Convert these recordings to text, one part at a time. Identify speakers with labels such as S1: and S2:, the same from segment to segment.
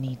S1: need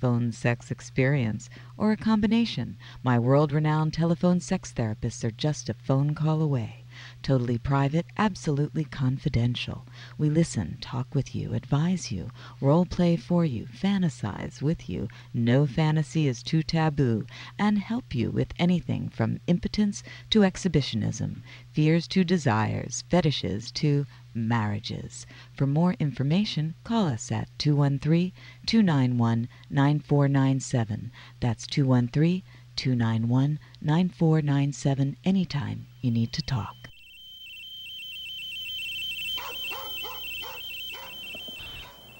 S1: phone sex experience, or a combination, my world renowned telephone sex therapists are just a phone call away. Totally private, absolutely confidential. We listen, talk with you, advise you, role play for you, fantasize with you. No fantasy is too taboo, and help you with anything from impotence to exhibitionism, fears to desires, fetishes to marriages. For more information, call us at 213 291 9497. That's 213 291 9497 anytime you need to talk.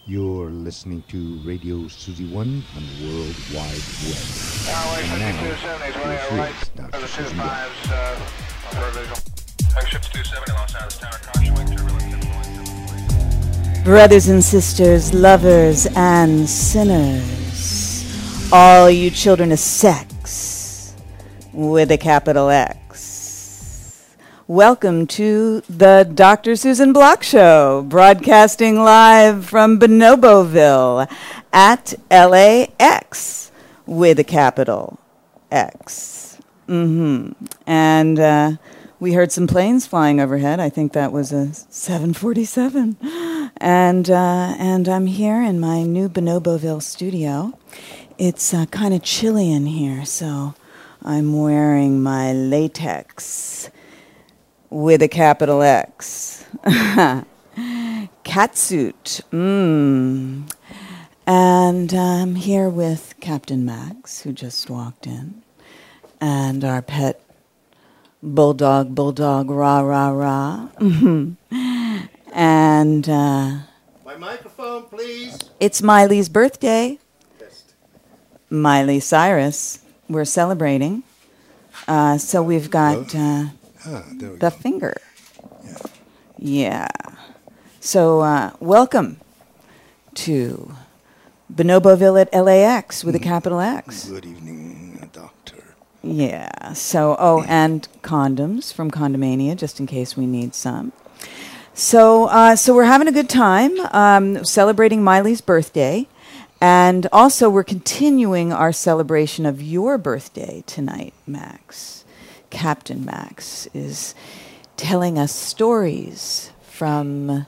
S2: You're listening to Radio Suzy One on the World Wide Web.
S3: Tower
S2: And now,
S3: 5270 is
S2: here's
S3: running right.
S2: Dr.
S3: Over two
S2: Susan Block.
S3: fives, uh, on visual. Ship's 270, Los Angeles Tower, caution, wake turbulence,
S4: Brothers and sisters, lovers and sinners, all you children of sex with a capital X. Welcome to the Dr. Susan Block Show, broadcasting live from Bonoboville at LAX with a capital X. hmm And uh, we heard some planes flying overhead. I think that was a 747. And, uh, and I'm here in my new Bonoboville studio. It's uh, kind of chilly in here, so I'm wearing my latex with a capital X. Catsuit. Mmm. And I'm here with Captain Max, who just walked in, and our pet bulldog, bulldog, rah, rah, rah. and uh,
S2: My microphone, please.
S4: it's Miley's birthday. Miley Cyrus. We're celebrating. Uh, so we've got. Uh,
S2: Ah, there we
S4: the
S2: go.
S4: finger. Yeah. So, uh, welcome to Bonoboville at LAX with a capital X.
S2: Good evening, Doctor.
S4: Yeah. So, oh, and condoms from Condomania, just in case we need some. So, uh, so we're having a good time um, celebrating Miley's birthday, and also we're continuing our celebration of your birthday tonight, Max. Captain Max is telling us stories from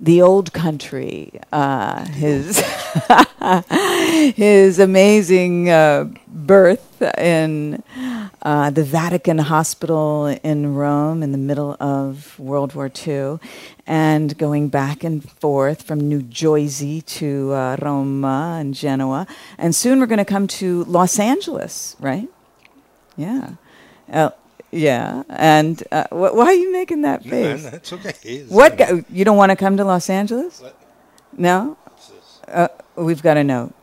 S4: the old country. Uh, his his amazing uh, birth in uh, the Vatican Hospital in Rome in the middle of World War II, and going back and forth from New Jersey to uh, Roma and Genoa, and soon we're going to come to Los Angeles, right? Yeah, uh, yeah. And uh, wh- why are you making that
S2: No,
S4: face?
S2: no, it's okay. It's
S4: What
S2: okay.
S4: go- you don't want to come to Los Angeles?
S2: What?
S4: No. Uh, we've got a note.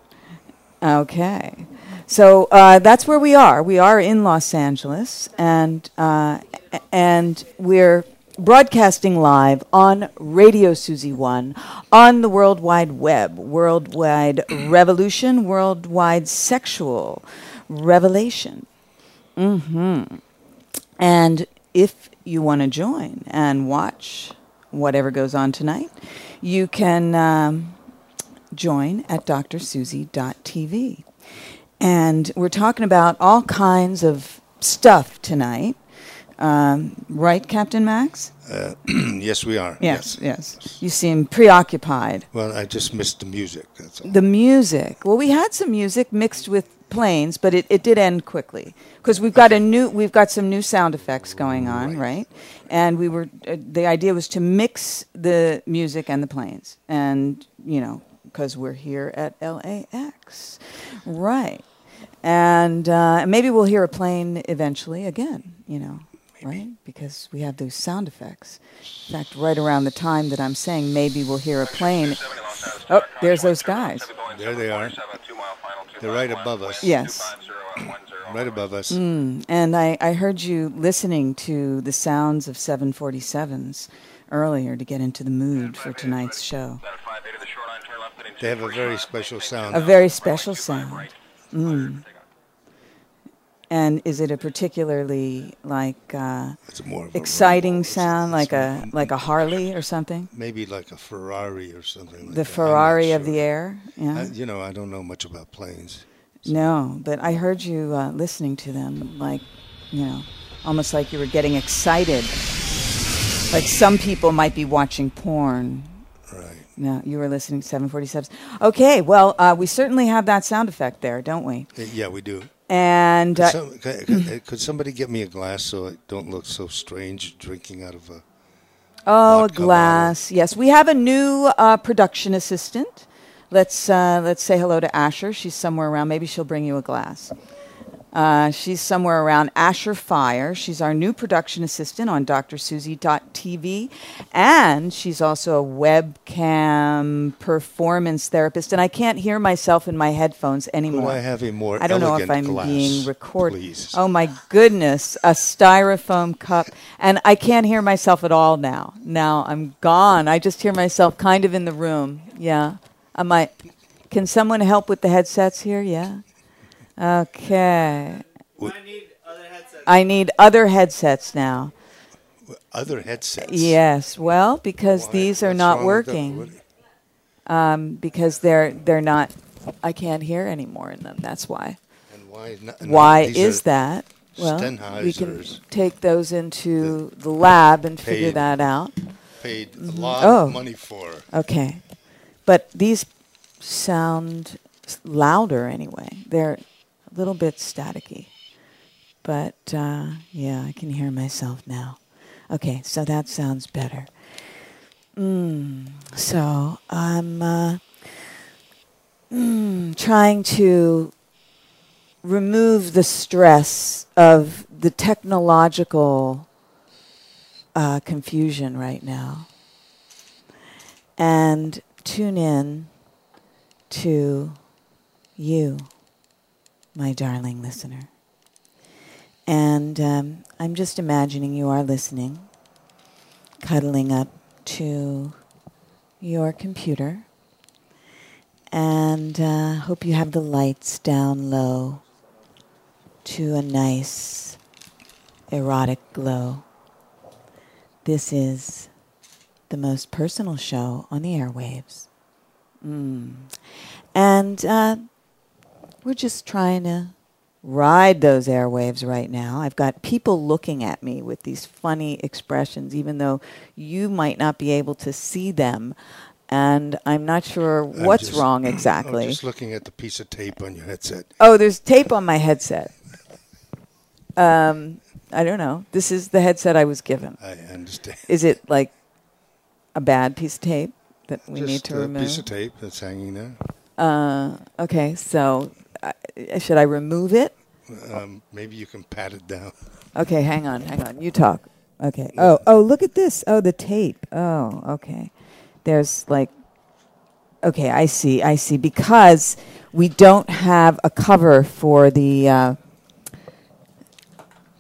S4: Okay, so uh, that's where we are. We are in Los Angeles, and uh, a- and we're broadcasting live on Radio Suzy One, on the World Wide Web, Worldwide Revolution, Worldwide Sexual Revelation. And if you want to join and watch whatever goes on tonight, you can um, join at drsusie.tv. And we're talking about all kinds of stuff tonight. Um, right, Captain Max?
S5: mm,
S2: yes, we are.
S4: Yes, yes, You seem preoccupied.
S2: Well, I just missed the music. That's all.
S4: The music. Well, we had some music mixed with planes, but it, it did end quickly because we've got a new we've got some new sound effects going on, right? And we were uh, the idea was to mix the music and the planes, and you know because we're here at LAX, right? And uh, maybe we'll hear a plane eventually again, you know, right? Because we have those sound effects. In fact, right around the time that I'm saying maybe we'll hear a plane. Oh, there's those guys.
S2: There they are. They're right above us.
S4: Yes.
S5: right above us.
S6: Mm. And I, I heard you listening to the sounds of 747s earlier to get into the mood for tonight's show.
S3: Then at 580 to the shoreline, turn left heading
S5: They have a very
S3: 245,
S5: special
S3: make
S5: sound.
S6: A
S5: now.
S6: very special sound.
S3: Right. Mm.
S6: And is it a particularly like uh,
S5: It's more of a
S6: exciting
S5: rumble. It's-
S6: sound,
S5: it's
S6: like a like a Harley or something?
S5: maybe like a Ferrari or something. Like
S6: The
S5: that. I'm not
S6: Ferrari of the
S5: sure.
S6: air?
S5: I,
S6: Yeah.
S5: you know, I don't know much about planes.
S6: No, but I heard you uh, listening to them, like, you know, almost like you were getting excited. Like some people might be watching porn.
S5: Right.
S6: No, you were listening to 747s. Okay, well, uh, we certainly have that sound effect there, don't we?
S5: Uh, Yeah, we do.
S6: And uh,
S5: Some, could, could- could somebody get me a glass so I don't look so strange drinking out of a.
S6: oh, a
S5: vodka
S6: glass. Yes, we have a new uh, production assistant. Let's uh, let's say hello to Asher. She's somewhere around. Maybe she'll bring you a glass. Uh, she's somewhere around Asher Fire. She's our new production assistant on drsusie.tv. And she's also a webcam performance therapist. And I can't hear myself in my headphones anymore.
S5: Could I have a more
S6: I don't know if
S5: elegant
S6: I'm
S5: glass,
S6: being recorded.
S5: please?
S6: Oh my goodness, a styrofoam cup, and I can't hear myself at all now. Now I'm gone. I just hear myself kind of in the room. Yeah, I might. Can someone help with the headsets here? Yeah. Okay.
S7: I need other headsets.
S6: I need other headsets now.
S5: Other headsets.
S6: Yes. Well, because
S5: Why?
S6: these are
S5: What's
S6: not
S5: wrong with that?
S6: working.
S5: What-
S6: Because they're they're not. I can't hear anymore in them. That's why.
S5: And why not,
S6: Why is that? Well, we can
S5: Sennheiser's.
S6: take those into the lab and figure
S5: Paid.
S6: that out.
S5: Paid a lot
S6: Oh.
S5: of money for.
S6: Okay. But these sound s- louder anyway. They're a little bit staticky. But uh, yeah, I can hear myself now. Okay, so that sounds better. Mm, so I'm uh, mm, trying to remove the stress of the technological uh, confusion right now and tune in to you, my darling listener. And um, I'm just imagining you are listening, cuddling up to your computer, and uh, hope you have the lights down low to a nice erotic glow. This is the most personal show on the airwaves. Mm. And uh, we're just trying to ride those airwaves right now. I've got people looking at me with these funny expressions, even though you might not be able to see them. And I'm not sure what's
S5: just-
S6: wrong
S5: I'm
S6: exactly.
S5: just looking at the piece of tape on your headset.
S6: Oh, there's tape on my headset. Um, I don't know. This is the headset I was given.
S5: I understand.
S6: Is it like a bad piece of tape that we
S5: just
S6: need to
S5: a
S6: remove?
S5: piece of tape that's hanging there.
S6: Uh, okay, so I, should I remove it?
S5: Um, maybe you can pat it down.
S6: Okay, hang on, hang on. You talk. Okay. Oh, oh, look at this. Oh, the tape. Oh, okay. There's like, okay, I see, I see. Because we don't have a cover for the uh,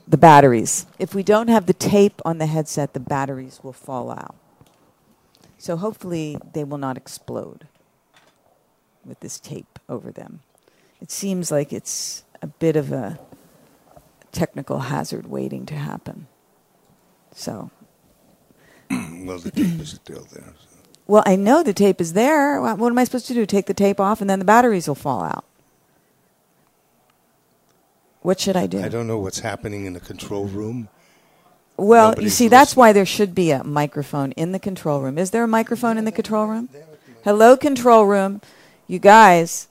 S6: the batteries. If we don't have the tape on the headset, the batteries will fall out. So hopefully they will not explode with this tape over them. It seems like it's a bit of a technical hazard waiting to happen. So,
S5: Well, the tape is still there. so.
S6: well, I know the tape is there. Wha- What am I supposed to do? Take the tape off and then the batteries will fall out. What should I do?
S5: I don't know what's happening in the control room.
S6: well, you
S5: nobody's
S6: see, that's
S5: listening.
S6: why there should be a microphone in the control room. Is there a microphone in the control room? Hello, control room. You guys,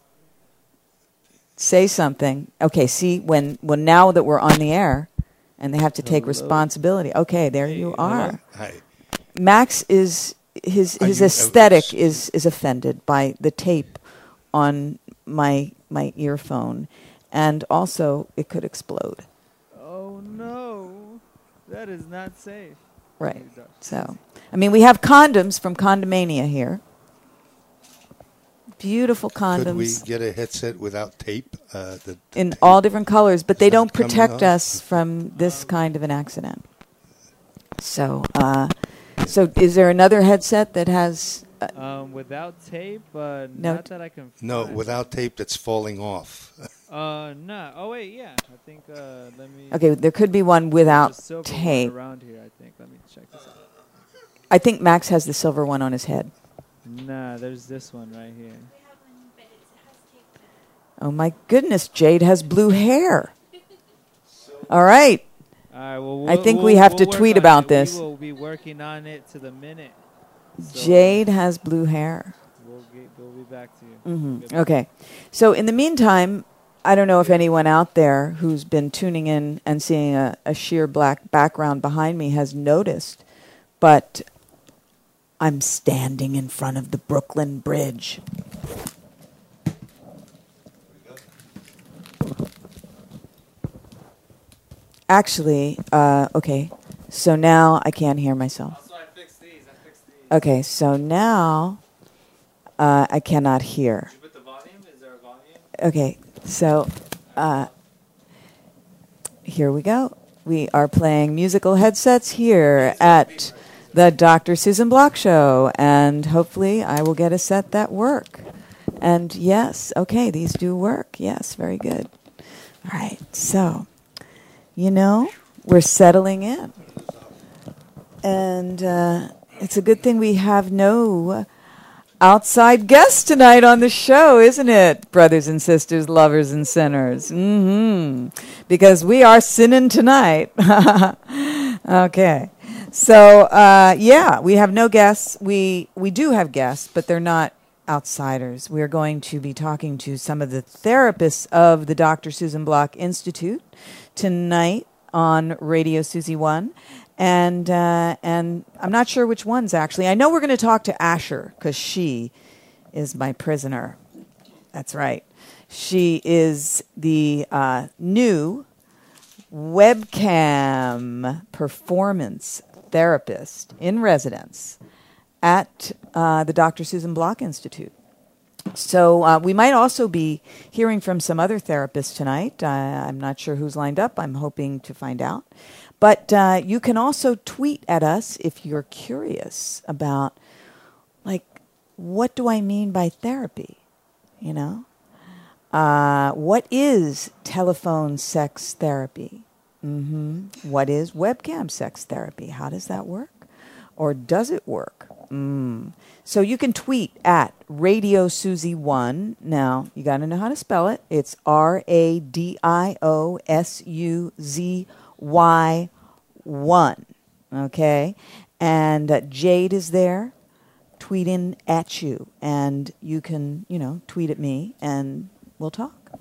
S6: say something. Okay, see, when, well, now that we're on the air and they have to take responsibility. Okay, there you are.
S5: Hi.
S6: Max is his
S5: Are
S6: his
S5: you- uh,
S6: aesthetic
S5: s-
S6: is is offended by the tape on my my earphone, and also it could explode.
S7: Oh no, that is not safe.
S6: Right. So, I mean, we have condoms from Condomania here. If beautiful
S5: Could we
S6: condoms
S5: get a headset without tape? Uh, that
S6: in all different colors, but they
S5: Is that
S6: don't
S5: coming
S6: protect
S5: up?
S6: us from this kind of an accident. So, uh, so is there another headset that has? Uh,
S7: Um, without tape, uh,
S6: No
S7: not
S6: t-
S7: that I can.
S5: no,
S7: find.
S5: without tape that's falling off.
S7: Uh, no. Oh wait, yeah. I think. Uh, let me.
S6: okay, there could be one
S7: there's a
S6: without
S7: silver one
S6: tape.
S7: Around here, I think. Let me check this out.
S6: I think Max has the silver one on his head.
S7: Nah, there's this one right here.
S6: Oh my goodness, Jade has blue hair. All right.
S7: All right. Well,
S6: I
S7: we'll-
S6: think we
S7: we'll-
S6: have
S7: we'll
S6: to
S7: work
S6: tweet
S7: on
S6: about
S7: it.
S6: this.
S7: We will be working on it to the minute. So
S6: Jade has blue hair.
S7: We'll, get, we'll be back to you.
S6: hmm
S7: Good.
S6: Okay. So, in the meantime, I don't know if anyone out there who's been tuning in and seeing a, a sheer black background behind me has noticed, but I'm standing in front of the Brooklyn Bridge. Actually, uh, okay. So now I can't hear myself.
S7: So I fixed these. I fixed these.
S6: Okay, so now uh, I cannot hear.
S7: Did you put the volume? Is there a volume?
S6: Okay, so uh, here we go. We are playing musical headsets here at the Dr. Susan Block Show, and hopefully I will get a set that work. And yes, okay, these do work. Yes, very good. All right, so you know we're settling in, and uh, it's a good thing we have no outside guest tonight on the show, isn't it? Brothers and sisters, lovers and sinners. hmm Because we are sinning tonight. okay. So uh, yeah, we have no guests. We we do have guests, but they're not outsiders. We are going to be talking to some of the therapists of the Dr. Susan Block Institute tonight on Radio Susie One, and uh, and I'm not sure which ones actually. I know we're going to talk to Asher because she is my prisoner. That's right. She is the uh, new webcam performance therapist in residence at uh, the Dr. Susan Block Institute. So uh, we might also be hearing from some other therapists tonight. Uh, I'm not sure who's lined up. I'm hoping to find out. But uh, you can also tweet at us if you're curious about, like, what do I mean by therapy? You know, uh, what is telephone sex therapy? hmm What is webcam sex therapy? How does that work? Or does it work? Mm. So you can tweet at Radio Susie One. Now, you got to know how to spell it. It's R A D I O S U Z Y 1. Okay? And uh, Jade is there tweeting at you, and you can, you know, tweet at me, and we'll talk.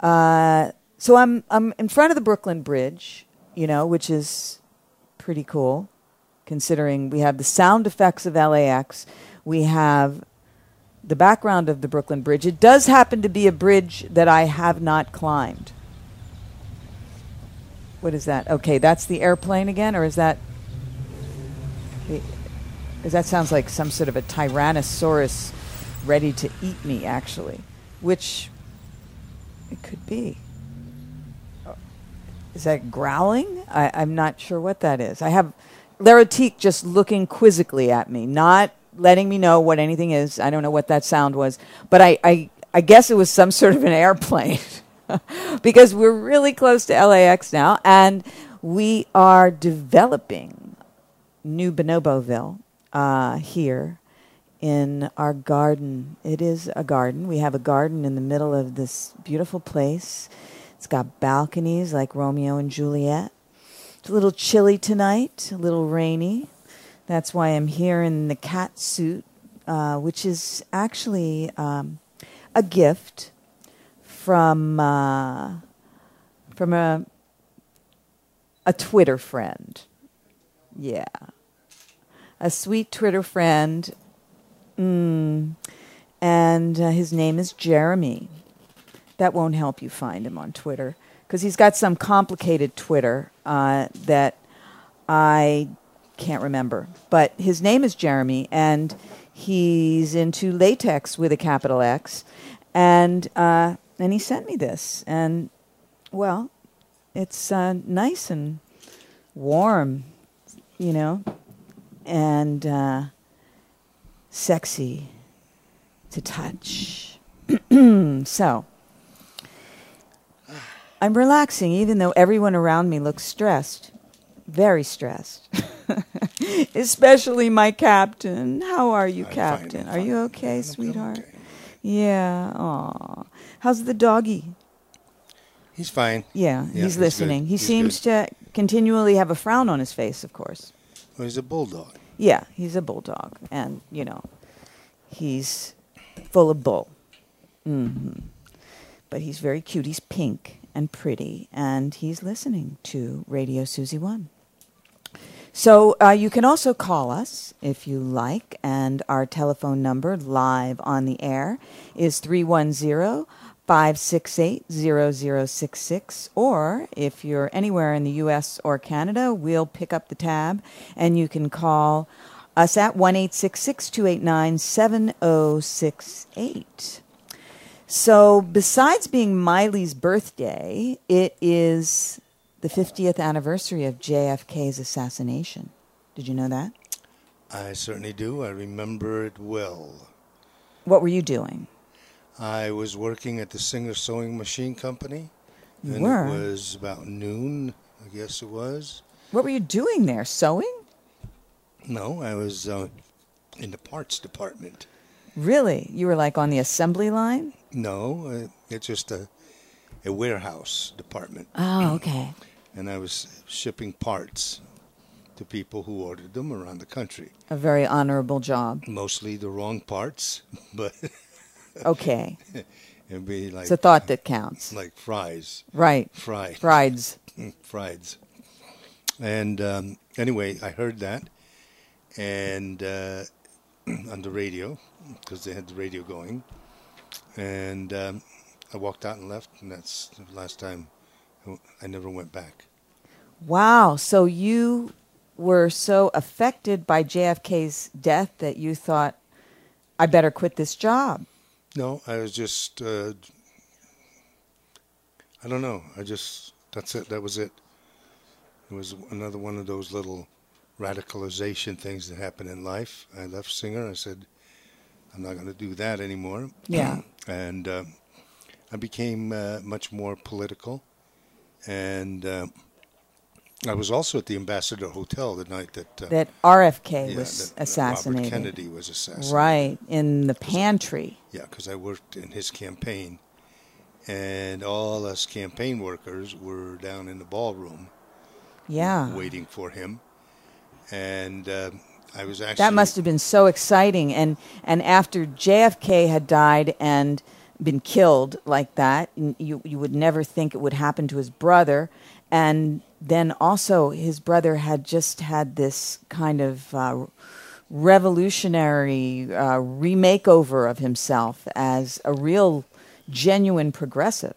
S6: Uh, so I'm I'm in front of the Brooklyn Bridge, you know, which is pretty cool, considering we have the sound effects of LAX, we have the background of the Brooklyn Bridge. It does happen to be a bridge that I have not climbed. What is that? Okay, that's the airplane again, or is that? Because that sounds like some sort of a Tyrannosaurus ready to eat me, actually, which it could be. Is that growling? I, I'm not sure what that is. I have Larotique just looking quizzically at me, not letting me know what anything is. I don't know what that sound was, but I, I, I guess it was some sort of an airplane because we're really close to LAX now and we are developing New Bonoboville uh, here in our garden. It is a garden. We have a garden in the middle of this beautiful place. It's got balconies like Romeo and Juliet. It's a little chilly tonight, a little rainy. That's why I'm here in the cat suit, uh, which is actually um, a gift from uh, from a a Twitter friend. Yeah. A sweet Twitter friend. Mm. And uh, his name is Jeremy. That won't help you find him on Twitter because he's got some complicated Twitter uh, that I can't remember, but his name is Jeremy, and he's into latex with a capital X, and uh, and he sent me this, and well, it's uh, nice and warm, you know, and uh, sexy to touch. so I'm relaxing, even though everyone around me looks stressed, very stressed. Especially my captain. How are you,
S2: I'm fine, I'm
S6: Captain? are
S2: fine.
S6: you okay,
S2: I'm
S6: sweetheart?
S2: okay.
S6: Yeah. Aw. How's the doggy?
S2: He's fine.
S6: Yeah,
S2: Yeah,
S6: he's
S2: he's
S6: listening.
S2: good.
S6: He
S2: He's
S6: seems to continually have a frown on his face, of course.
S2: Well, he's a bulldog.
S6: Yeah, he's a bulldog, and you know, he's full of bull. hmm But he's very cute. He's pink and pretty, and he's listening to Radio Susie One. So uh, you can also call us if you like, and our telephone number live on the air is 310 568 0066. Or if you're anywhere in the U.S. or Canada, we'll pick up the tab and you can call us at 1 289 7068. So, besides being Miley's birthday, it is the 50th anniversary of JFK's assassination. Did you know that?
S2: I certainly do. I remember it well.
S6: What were you doing?
S2: I was working at the Singer Sewing Machine Company.
S6: You
S2: and
S6: were?
S2: it was about noon, I guess it was.
S6: What were you doing there? Sewing?
S2: No, I was uh, in the parts department.
S6: Really? You were like on the assembly line?
S2: No, uh, it's just a, a warehouse department.
S6: Oh, okay.
S2: And I was shipping parts to people who ordered them around the country.
S6: A very honorable job.
S2: Mostly the wrong parts, but
S6: Okay.
S2: it'd be like,
S6: It's a thought that counts.
S2: like fries.
S6: Right.
S2: Fried.
S6: Frieds.
S2: Frieds. And um, anyway, I heard that, and uh, on the radio because they had the radio going, and um, I walked out and left, and that's the last time I- I never went back.
S6: Wow. So you were so affected by JFK's death that you thought, I better quit this job.
S2: No, I was just, uh, I don't know. I just that's it. That was it. It was another one of those little radicalization things that happen in life. I left Singer. I said, I'm not going to do that anymore.
S6: Yeah.
S2: and um I became uh, much more political, and um I was also at the Ambassador Hotel the night that uh,
S6: That RFK
S2: yeah,
S6: was
S2: that- that
S6: assassinated.
S2: Robert Kennedy was assassinated.
S6: Right. In the pantry.
S2: Yeah, because I worked in his campaign, and all us campaign workers were down in the ballroom
S6: Yeah.
S2: waiting for him. And um I was actually
S6: That must have been so exciting. And and after JFK had died and been killed like that, n- you you would never think it would happen to his brother. And then also his brother had just had this kind of uh, revolutionary uh, remakeover of himself as a real, genuine progressive.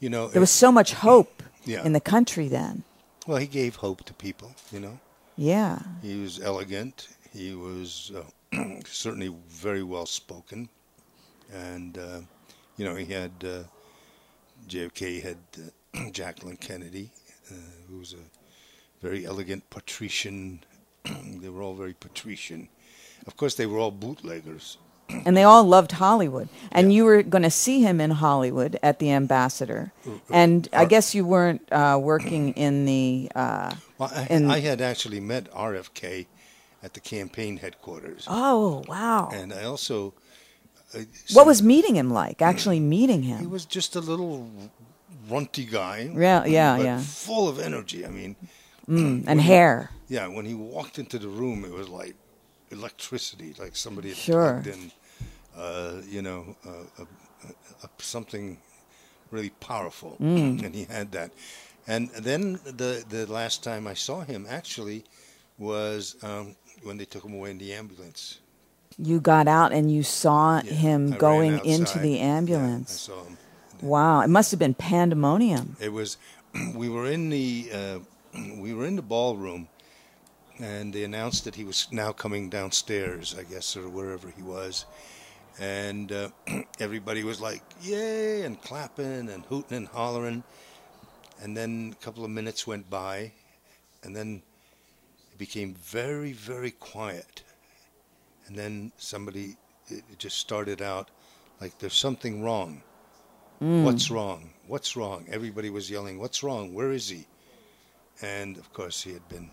S2: you know,
S6: There was so much hope
S2: Yeah.
S6: in the country then.
S2: well, he gave hope to people. You know,
S6: Yeah.
S2: he was elegant. He was uh, certainly very well spoken, and uh, you know, he had uh, JFK had uh, Jacqueline Kennedy, uh, who was a very elegant patrician. they were all very patrician. Of course, they were all bootleggers.
S6: and they all loved Hollywood. And you were going to see him in Hollywood at the Ambassador. And I guess you weren't uh, working in the. Uh,
S2: Well, I,
S6: And-
S2: I had actually met RFK at the campaign headquarters,
S6: oh wow!
S2: and I also
S6: What was meeting him like? Actually meeting
S2: He
S6: him.
S2: was just a little runty guy.
S6: Yeah, yeah,
S2: but
S6: yeah.
S2: Full of energy. I mean,
S6: Mm, and hair.
S2: yeah, when he walked into the room, it was like electricity, like somebody had
S6: Sure.
S2: plugged in, uh, you know, uh, uh, uh, something really powerful,
S6: Mm.
S2: and he had that. And then the the last time I saw him actually was um, when they took him away in the ambulance.
S6: You got out and you saw
S2: Yeah, I
S6: him
S2: ran
S6: going
S2: outside.
S6: into the
S2: Yeah,
S6: ambulance.
S2: I saw him.
S6: wow! It must have been pandemonium.
S2: It was we were in the uh, we were in the ballroom, and they announced that he was now coming downstairs, I guess, or wherever he was. And uh, everybody was like, yay, and clapping and hooting and hollering. And then a couple of minutes went by, and then it became very, very quiet. And then somebody it it just started out like, there's something wrong.
S6: Mm.
S2: What's wrong? What's wrong? Everybody was yelling, What's wrong? Where is he? And of course, he had been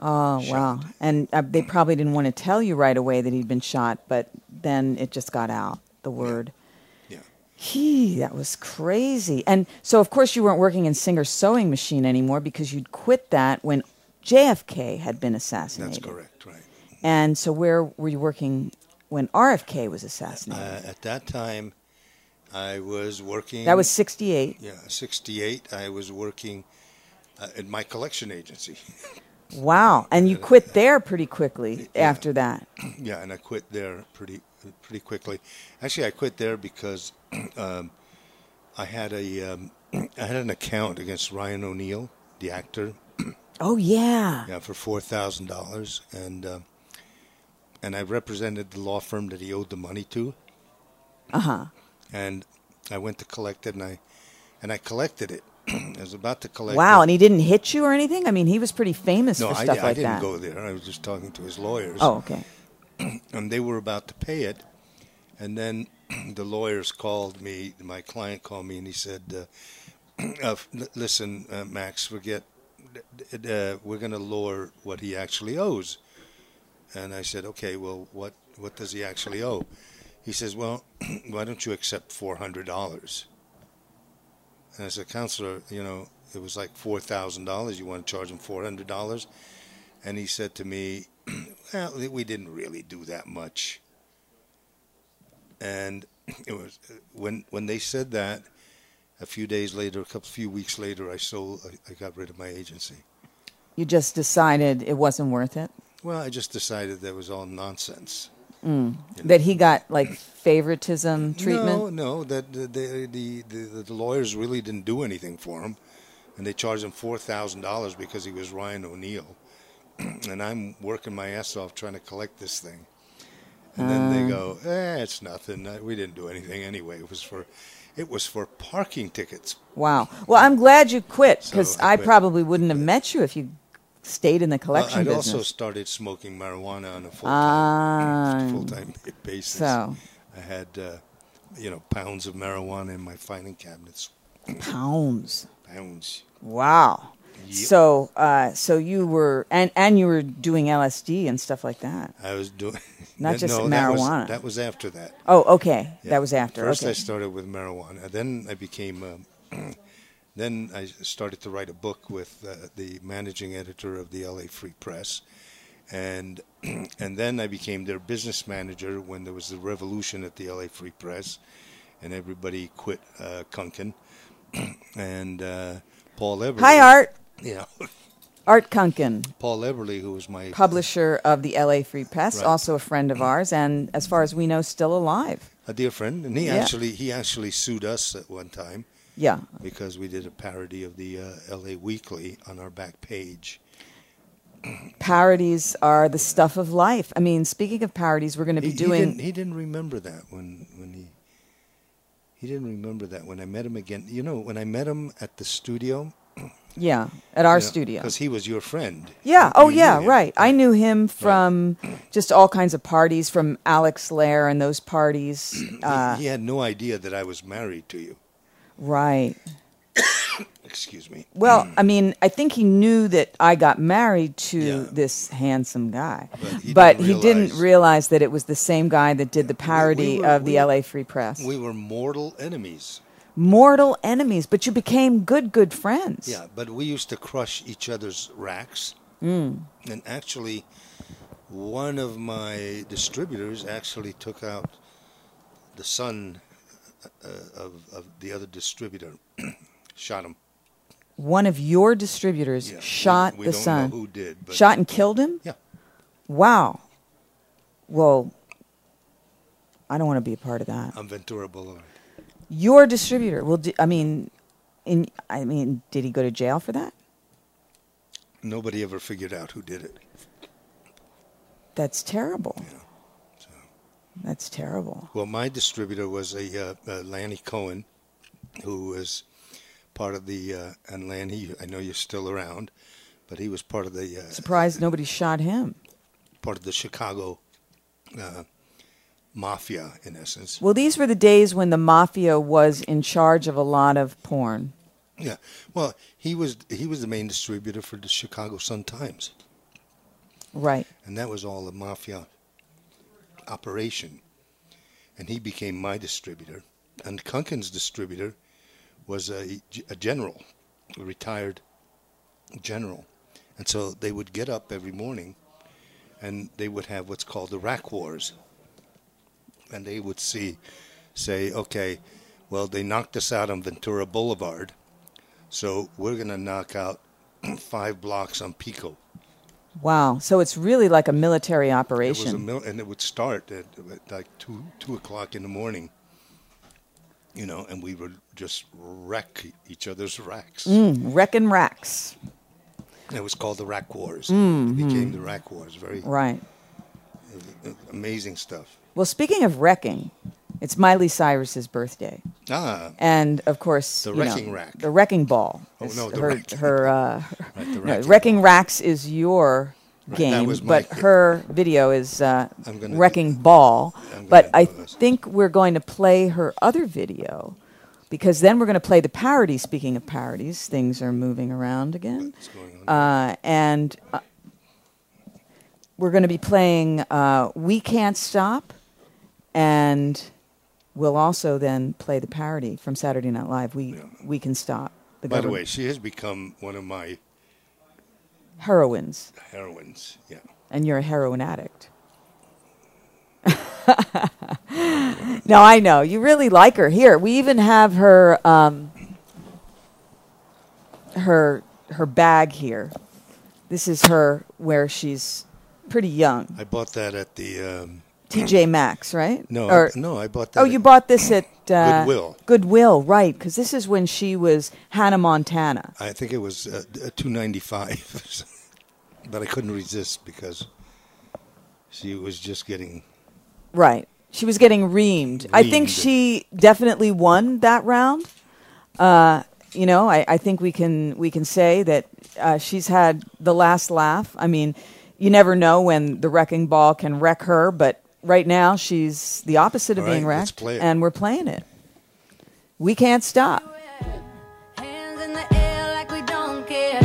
S6: Oh, wow. And uh, they probably didn't want to tell you right away that he'd been shot, but then it just got out, the word.
S2: Yeah.
S6: He, that was crazy. And so, of course, you weren't working in Singer's sewing machine anymore because you'd quit that when JFK had been assassinated.
S2: That's correct, right.
S6: And so, where were you working when RFK was assassinated?
S2: Uh, at that time, I was working.
S6: that was 68.
S2: yeah, '68. I was working uh, at my collection agency.
S6: Wow. And you quit there pretty quickly after that.
S2: yeah, and I quit there pretty pretty quickly. Actually, I quit there because um, I had a um, I had an account against Ryan O'Neal, the actor,
S6: Oh, yeah.
S2: yeah, for four thousand dollars, and uh, and I represented the law firm that he owed the money to.
S6: Uh huh.
S2: and I went to collect it, and I and I collected it. I was about to collect.
S6: Wow.
S2: it.
S6: And he didn't hit you or anything? I mean, he was pretty famous
S2: no,
S6: for
S2: I,
S6: stuff
S2: I
S6: like
S2: didn't
S6: that.
S2: go there. I was just talking to his lawyers.
S6: Oh, okay.
S2: and they were about to pay it, and then the lawyers called me. My client called me, and he said, uh, uh, f- l- "Listen, uh, Max, forget. d- d- Uh, we're going to lower what he actually owes." And I said, "Okay, well, what what does he actually owe?" He says, "Well, why don't you accept four hundred dollars?" And I said, "Counselor, you know, it was like four thousand dollars. You want to charge him four hundred dollars?" And he said to me, well, we didn't really do that much. And it was uh, when when they said that. A few days later, a couple few weeks later, I sold. I, I got rid of my agency.
S6: You just decided it wasn't worth it.
S2: Well, I just decided that was all nonsense.
S6: That he got like favoritism treatment.
S2: No, no, that the the, the, the, the lawyers really didn't do anything for him, and they charged him four thousand dollars because he was Ryan O'Neal, and I'm working my ass off trying to collect this thing, and then they
S6: Uh.
S2: go, eh, it's nothing. Uh, We didn't do anything anyway. It was for, it was for parking tickets. Uh,
S6: Wow. Well, I'm glad you quit because
S2: So I
S6: I,
S2: quit.
S6: probably wouldn't have met you if you stayed in the collection
S2: I'd
S6: business.
S2: also started smoking marijuana on a full
S6: Ah.
S2: time full time basis.
S6: So.
S2: I had, uh, you know, pounds of marijuana in my filing cabinets.
S6: Pounds.
S2: Pounds.
S6: Wow.
S2: Yep.
S6: So, uh, so you were, and and you were doing LSD and stuff like that.
S2: I was doing
S6: Not
S2: that-
S6: just
S2: no, that was-
S6: marijuana.
S2: That was, after that.
S6: Oh, okay. That was after.
S2: First,
S6: okay.
S2: I started with marijuana. Then I became. Um, then I started to write a book with uh, the managing editor of the LA Free Press, and and then I became their business manager when there was the revolution at the LA Free Press, and everybody quit uh, Kunkin, and uh, Paul Everly.
S6: Hi, Art.
S2: Yeah,
S6: Art Kunkin,
S2: Paul Everly, who was my
S6: publisher of the LA Free Press,
S2: Right.
S6: also a friend of ours, and as far as we know, still alive.
S2: a dear friend, and he
S6: Yeah.
S2: actually he actually sued us at one time.
S6: Yeah.
S2: because we did a parody of the uh, LA Weekly on our back page.
S6: Parodies are the stuff of life. I mean, speaking of parodies, we're going to be
S2: He, he
S6: doing.
S2: didn't, he didn't remember that when when he he didn't remember that when I met him again. You know, when I met him at the studio,
S6: Yeah, at our studio.
S2: because he was your friend.
S6: Yeah. Oh,
S2: You knew
S6: yeah.
S2: him.
S6: Right. I knew him from just all kinds of parties, from Alex Lair and those parties.
S2: He-
S6: Uh,
S2: he had no idea that I was married to you.
S6: right.
S2: Excuse me.
S6: Well, I mean, I think he knew that I got married to
S2: Yeah.
S6: this handsome guy,
S2: But he didn't
S6: he didn't
S2: realize-
S6: realize that it was the same guy that did the parody
S2: were-
S6: of the
S2: we-
S6: L.A. Free Press.
S2: We were mortal enemies.
S6: Mortal enemies, but you became good, good friends.
S2: Yeah, but we used to crush each other's racks. Mm. And actually, one of my distributors actually took out the son uh, of, of the other distributor, shot him.
S6: One of your distributors
S2: Yeah, we-
S6: shot
S2: we
S6: the
S2: don't know
S6: son.
S2: who did, but-
S6: shot and killed him.
S2: Yeah.
S6: Wow. Well, I don't want to be a part of that.
S2: On Ventura Boulevard.
S6: Your distributor. Well, di- I mean, in I mean, did he go to jail for that?
S2: Nobody ever figured out who did it.
S6: That's terrible.
S2: Yeah, so.
S6: That's terrible.
S2: Well, my distributor was a uh, uh, Lanny Cohen, who was part of the uh, and Lanny. I know you're still around, but he was part of the uh,
S6: Surprised nobody shot him.
S2: part of the Chicago uh, mafia, in essence.
S6: Well, these were the days when the mafia was in charge of a lot of porn.
S2: Yeah. Well, he was he was the main distributor for the Chicago Sun Times,
S6: Right.
S2: and that was all a mafia operation. And he became my distributor. And Kunkin's distributor was a, a general, a retired general. And so they would get up every morning and they would have what's called the rack wars. And they would see, say, okay, well, they knocked us out on Ventura Boulevard, so we're going to knock out five blocks on Pico.
S6: Wow. So it's really like a military
S2: It was a
S6: operation.
S2: mil- and it would start at, at like two two o'clock in the morning. You know, and we would just wreck each other's racks.
S6: Mm, wreck and racks.
S2: It was called the Rack Wars. It became the Rack Wars. Very
S6: Mm-hmm. Right.
S2: uh, amazing stuff.
S6: Well, speaking of wrecking, it's Miley Cyrus's birthday.
S2: Ah,
S6: And of course,
S2: The
S6: you know,
S2: wrecking rack.
S6: The wrecking ball.
S2: Oh,
S6: is
S2: no, the
S6: her,
S2: wrecking-
S6: her uh,
S2: right, the
S6: no,
S2: rack.
S6: wrecking racks is your
S2: Right, that
S6: game,
S2: was my
S6: but
S2: game.
S6: her video is uh,
S2: I'm gonna-
S6: wrecking ball.
S2: I'm
S6: But
S2: gonna
S6: I
S2: do this.
S6: think we're going to play her other video because then we're going to play the parody. Speaking of parodies, things are moving around again,
S2: What's going on?
S6: uh, and uh, we're going to be playing uh, "We Can't Stop," and we'll also then play the parody from Saturday Night Live. We
S2: Yeah.
S6: we can stop. The
S2: By the
S6: govern-
S2: way, she has become one of my
S6: heroines,
S2: heroines. Yeah.
S6: and you're a heroin addict. no, I know you really like her. Here, we even have her um, her her bag here. This is her where she's pretty young.
S2: I bought that at the. Um,
S6: TJ Maxx, right?
S2: no,
S6: Or-
S2: I, no, I bought that.
S6: Oh,
S2: at-
S6: you bought this at uh,
S2: Goodwill.
S6: Goodwill, right? Because this is when she was Hannah Montana.
S2: I think it was uh, d- uh, 295 but I couldn't resist because she was just getting
S6: Right. She was getting reamed. I think
S2: Reamed.
S6: she definitely won that round. Uh, you know, I, I think we can we can say that uh, she's had the last laugh. I mean, you never know when the wrecking ball can wreck her, but right now she's the opposite of
S2: All right,
S6: being
S2: let's
S6: wrecked,
S2: play it.
S6: and we're playing it. We can't stop.
S8: Hands in the air like we don't care.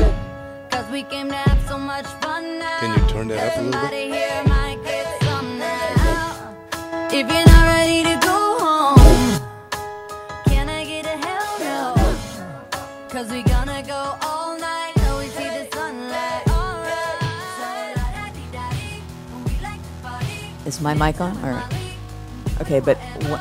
S8: Cause we came to have so much fun now.
S2: Can you turn that up a little bit?
S8: Everybody here might get some now. If you're not ready to go home, can I get a hell no? Cause we gonna go all night till we see the sunlight. Alright. So la-da-dee-da-dee, we like to party.
S6: Is my mic on? All right. Okay, but wha-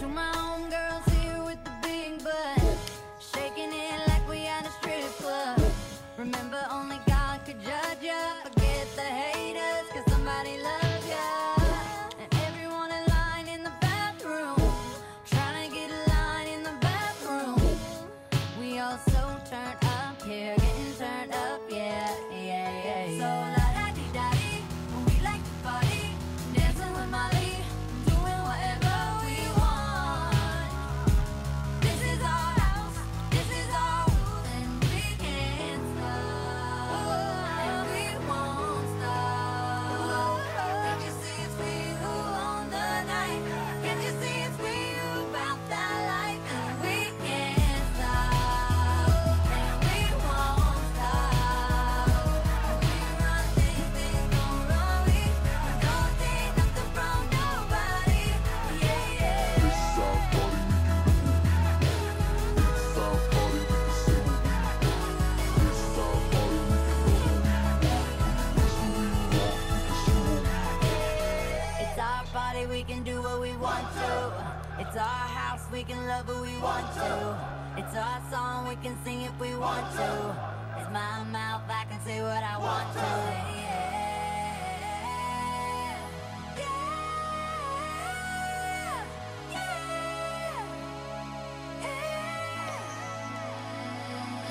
S8: To my homegirls here with the
S9: do what we want to. It's our house, we can love who we want to. It's our song, we can sing if we want to. It's my mouth, I can say what I want to. Yeah. Yeah. Yeah. Yeah.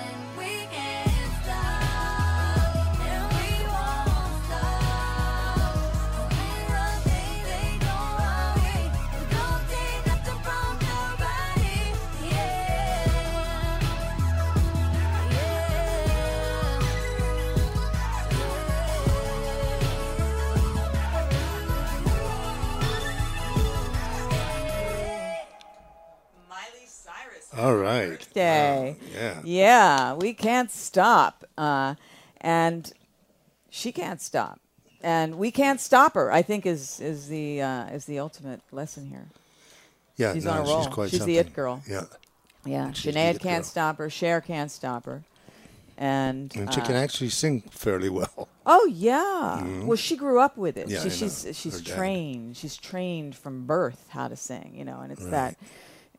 S9: And we can't stop, and we won't stop. Ain't no thing they don't worry. We don't take nothing from nobody. Yeah.
S2: All right.
S6: Day.
S2: Oh, Yeah.
S6: Yeah, we can't stop. Uh, and she can't stop. And we can't stop her, I think is is the uh, is the ultimate lesson here.
S2: Yeah.
S6: She's
S2: no,
S6: on a roll.
S2: She's quite
S6: She's the
S2: something.
S6: it girl.
S2: Yeah.
S6: Yeah.
S2: She's
S6: Sinead
S2: the
S6: can't
S2: girl.
S6: stop her, Cher can't stop her. And,
S2: And
S6: uh,
S2: she can actually sing fairly well.
S6: Oh yeah. Well, she grew up with it.
S2: Mm-hmm. Yeah,
S6: she,
S2: I know.
S6: she's she's
S2: Her dad.
S6: trained. She's trained from birth how to sing. You know, and it's that,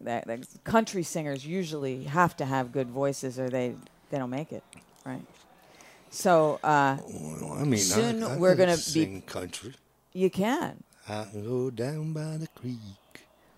S6: that that country singers usually have to have good voices or they they don't make it, right? So uh,
S2: Well, I mean, I-
S6: Soon
S2: I
S6: we're
S2: can
S6: gonna be-
S2: sing country.
S6: you can.
S2: I go down by the creek.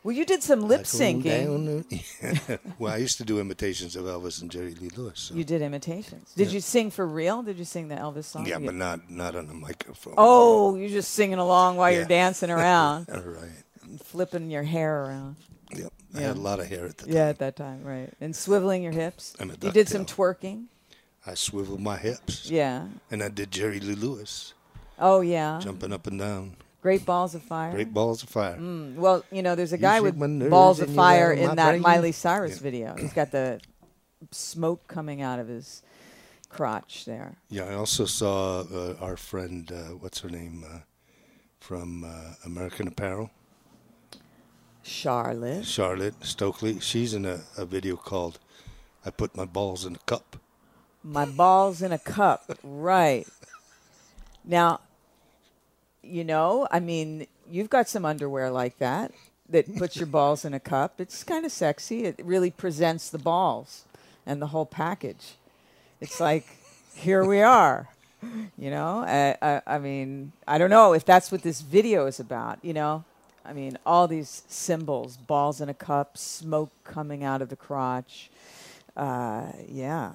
S6: Well, you did some lip
S2: I go
S6: syncing.
S2: down the- well, I used to do imitations of Elvis and Jerry Lee Lewis. so-
S6: You did imitations. Did you sing for real? Did you sing the Elvis song?
S2: yeah,
S6: You-
S2: but not not on the microphone.
S6: oh, you're just singing along while you're
S2: Yeah.
S6: dancing around,
S2: All right.
S6: flipping your hair around.
S2: Yep. I had a lot of hair at the
S6: Yeah,
S2: time.
S6: at that time, right? And swiveling your hips.
S2: I'm a
S6: you did some
S2: ducktail.
S6: twerking.
S2: I swiveled my hips.
S6: Yeah.
S2: And I did Jerry Lee Lewis,
S6: Oh yeah.
S2: jumping up and down.
S6: Great balls of fire. Hmm.
S2: Great balls of fire.
S6: Well, you know, there's a guy
S2: shake
S6: with
S2: my nerves
S6: balls of
S2: and you
S6: fire
S2: rattle my
S6: in that
S2: brain.
S6: Miley Cyrus
S2: Yeah.
S6: video. He's got the smoke coming out of his crotch there.
S2: Yeah, I also saw uh, our friend, uh, what's her name, uh, from uh, American Apparel,
S6: Charlotte.
S2: Charlotte Stokely. She's in a, a video called I Put My Balls in a Cup.
S6: My balls in a cup. Right. Now, you know, I mean, you've got some underwear like that that puts your balls in a cup. It's kind of sexy. It really presents the balls and the whole package. It's like, here we are. You know, I, I, I mean, I don't know if that's what this video is about. You know, I mean, all these symbols balls in a cup, smoke coming out of the crotch. Uh, yeah,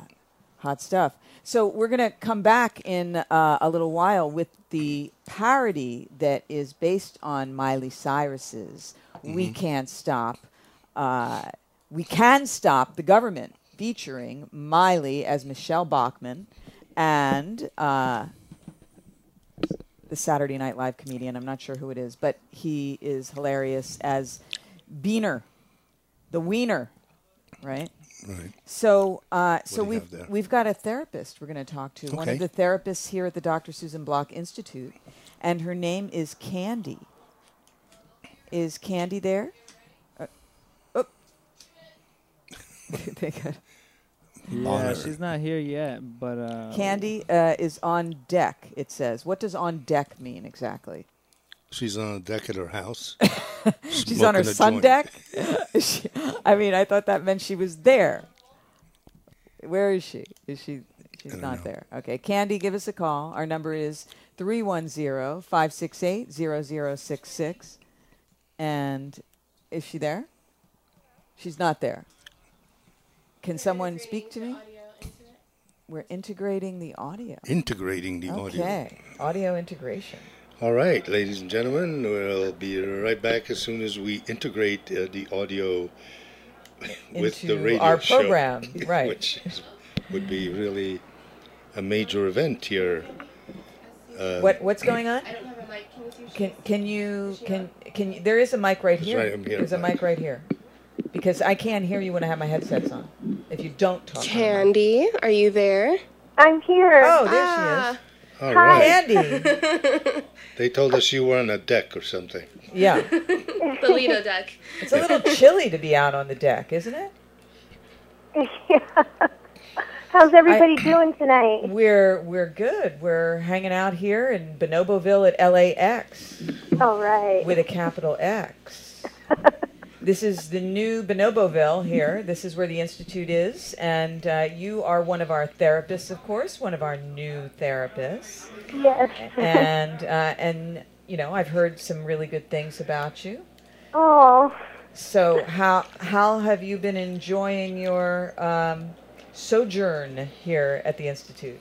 S6: hot stuff. So we're going to come back in uh, a little while with the parody that is based on Miley Cyrus's We Can't Stop. Uh, we Can Stop the Government, featuring Miley as Michelle Bachman and uh, the Saturday Night Live comedian. I'm not sure who it is, but he is hilarious as Beaner, the Wiener, right?
S2: Right.
S6: So, uh, so
S2: do you
S6: we've
S2: have there?
S6: we've got a therapist we're going to talk to. One of
S2: Okay.
S6: the therapists here at the Dr. Susan Block Institute, and her name is Candy. Is Candy there? Uh, oh. they got
S7: Yeah,
S2: Honor.
S7: she's not here yet, but
S2: Oh.
S7: uh,
S6: Candy uh, is on deck. It says. What does on deck mean exactly?
S2: She's on a deck at her house.
S6: She's on
S2: smoking a
S6: her sun
S2: joint.
S6: deck. She- I mean, I thought that meant she was there. Where is she? Is she? She's not there. Okay, Candy, give us a call. Our number is 310-568-0066. And is she there? She's not there. Can someone speak to me? We're integrating the audio.
S2: Integrating the audio.
S6: Okay, audio integration.
S2: All right, ladies and gentlemen, we'll be right back as soon as we integrate uh, the audio with the
S6: Into
S2: radio
S6: our
S2: show,
S6: program, right.
S2: which is, would be really a major event here. Uh,
S6: What what's going on?
S10: I don't have a mic. Can you see?
S6: Can can you can can you, there is a mic right here.
S2: right, I'm here.
S6: There's a mic right here. Because I can't hear you when I have my headsets on. If you don't talk. on the mic.
S10: Candy, are you there?
S11: I'm here.
S6: Oh, there
S10: Ah.
S2: All right.
S6: she is. Andy.
S2: They told us you were on a deck or something.
S6: Yeah.
S10: The Lido deck.
S6: It's a little chilly to be out on the deck, isn't it?
S11: How's everybody doing tonight?
S6: We're we're good. We're hanging out here in Bonoboville at LAX
S11: All right.
S6: with a capital X. This is the new Bonoboville here. This is where the institute is, and uh, you are one of our therapists, of course, one of our new therapists.
S11: Yes.
S6: And uh, and you know, I've heard some really good things about you.
S11: oh,
S6: So how how have you been enjoying your um, sojourn here at the institute?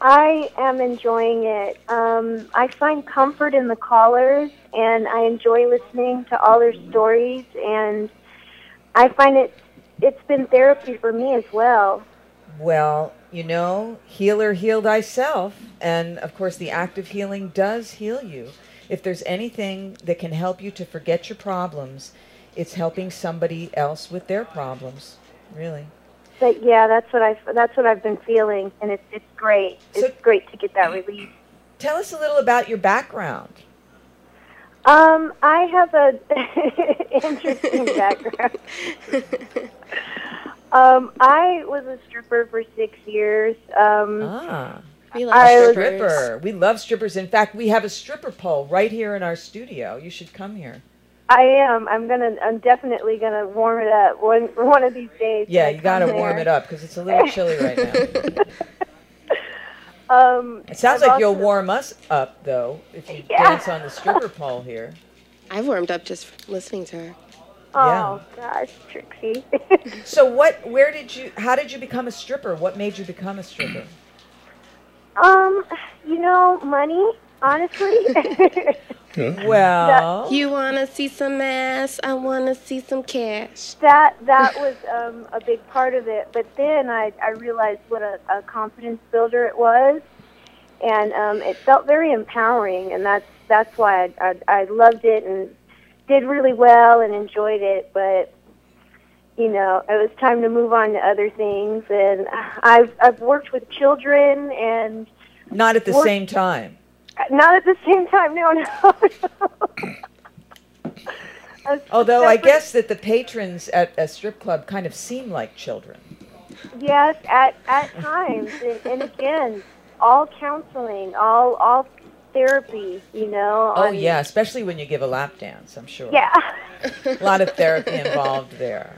S11: I am enjoying it. Um, I find comfort in the callers, and I enjoy listening to all their stories. And I find it it's been therapy for me as well.
S6: Well, you know, healer heal thyself. And of course, the act of healing does heal you. If there's anything that can help you to forget your problems, it's helping somebody else with their problems, really.
S11: But yeah, that's what I that's what I've been feeling, and it's it's great. It's
S6: So-
S11: great to get that relief.
S6: Tell us a little about your background.
S11: Um, I have a interesting background. um, I was a stripper for six years. Um,
S6: Ah,
S12: We
S11: I was-
S12: love strippers.
S6: stripper. We love strippers. In fact, we have a stripper pole right here in our studio. You should come here.
S11: I am. I'm gonna. I'm definitely gonna warm it up one one of these days.
S6: Yeah, you got to warm it up because it's a little chilly right now.
S11: Um,
S6: It sounds
S11: I've
S6: like you'll
S11: also-
S6: warm us up, though, if you
S11: Yeah.
S6: dance on the stripper pole here.
S12: I warmed up just listening to her.
S11: Oh gosh, Trixie.
S6: So what? Where did you? How did you become a stripper? What made you become a stripper?
S11: um, you know, money. Honestly,
S6: Well,
S12: You wanna see some ass? I wanna see some cash.
S11: that that was um, a big part of it. But then I I realized what a, a confidence builder it was, and um, it felt very empowering. And that's that's why I, I I loved it and did really well and enjoyed it. But you know, it was time to move on to other things. And I've I've worked with children and
S6: not at the
S11: Well-
S6: same time.
S11: not at the same time. No, no. I was
S6: Although Oh, I
S11: separate-
S6: guess that the patrons at a strip club kind of seem like children.
S11: Yes, at at times, and, and again, all counseling, all all therapy. You know.
S6: Oh
S11: I-
S6: yeah, especially when you give a lap dance. I'm sure.
S11: Yeah.
S6: A lot of therapy involved there.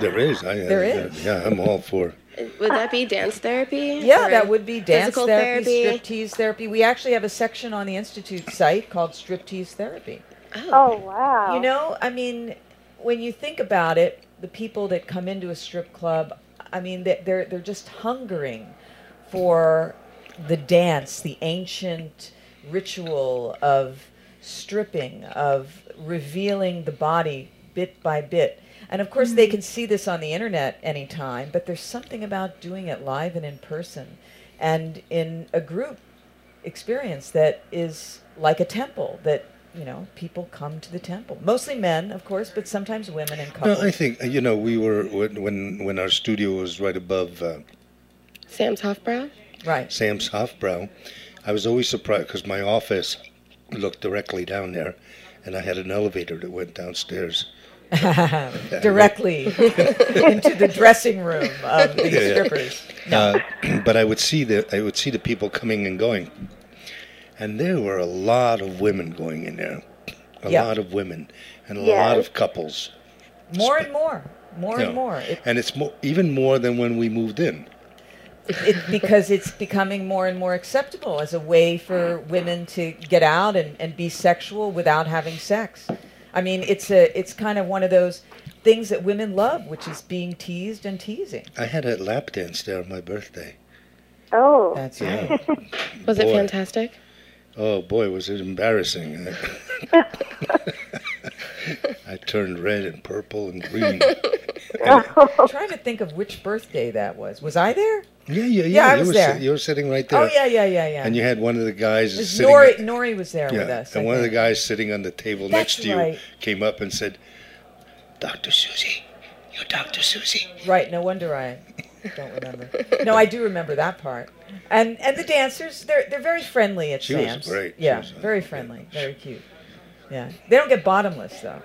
S2: There is. I,
S6: There is.
S2: Yeah, I'm all for.
S12: Would that be dance therapy?
S6: Yeah,
S12: Or
S6: that would be dance
S12: physical
S6: therapy,
S12: therapy.
S6: striptease therapy. We actually have a section on the institute site called striptease therapy.
S11: Oh wow.
S6: You know, I mean, when you think about it, the people that come into a strip club, I mean, they- they're they're just hungering for the dance, the ancient ritual of stripping, of revealing the body bit by bit. And of course, they can see this on the internet anytime, but there's something about doing it live and in person and in a group experience that is like a temple that you know people come to the temple mostly men of course but sometimes women and couples
S2: Well, I think uh, you know we were when when, when our studio was right above uh,
S12: Sam's Hofbrow?
S6: right
S2: Sam's Hofbrow. I was always surprised because my office looked directly down there, and I had an elevator that went downstairs.
S6: directly into the dressing room of the
S2: Yeah, yeah.
S6: strippers
S2: Uh, but I would see the I would see the people coming and going, and there were a lot of women going in there, a
S6: Yeah.
S2: lot of women, and a
S11: Yeah.
S2: lot of couples.
S6: more and more more
S2: you
S6: and
S2: know.
S6: more it,
S2: and it's more even more than when we moved in.
S6: it, because it's becoming more and more acceptable as a way for women to get out and, and be sexual without having sex. I mean, it's a it's kind of one of those things that women love, which is being teased and teasing.
S2: I had a lap dance there on my birthday.
S11: Oh.
S6: That's right.
S12: Was it
S2: Boy.
S12: fantastic?
S2: Oh boy, was it embarrassing! I, I turned red and purple and green.
S6: I'm trying to think of which birthday that was. Was I there?
S2: Yeah, yeah, yeah.
S6: I
S2: you
S6: was
S2: were
S6: there.
S2: sit- you were sitting right there.
S6: Oh yeah, yeah, yeah, yeah.
S2: And you had one of the guys
S6: It was
S2: sitting.
S6: Nori, Nori was there with us.
S2: And
S6: I
S2: one of the
S6: think.
S2: guys sitting on the table
S6: That's
S2: next to you
S6: right.
S2: came up and said, "Dr. Susie, you're Dr. Susie."
S6: Right. No wonder I don't remember. No, I do remember that part. And and the dancers, they're they're very friendly at
S2: She was
S6: Sam's.
S2: great. She
S6: Yeah,
S2: was, uh,
S6: very friendly, very cute. Yeah, they don't get bottomless though.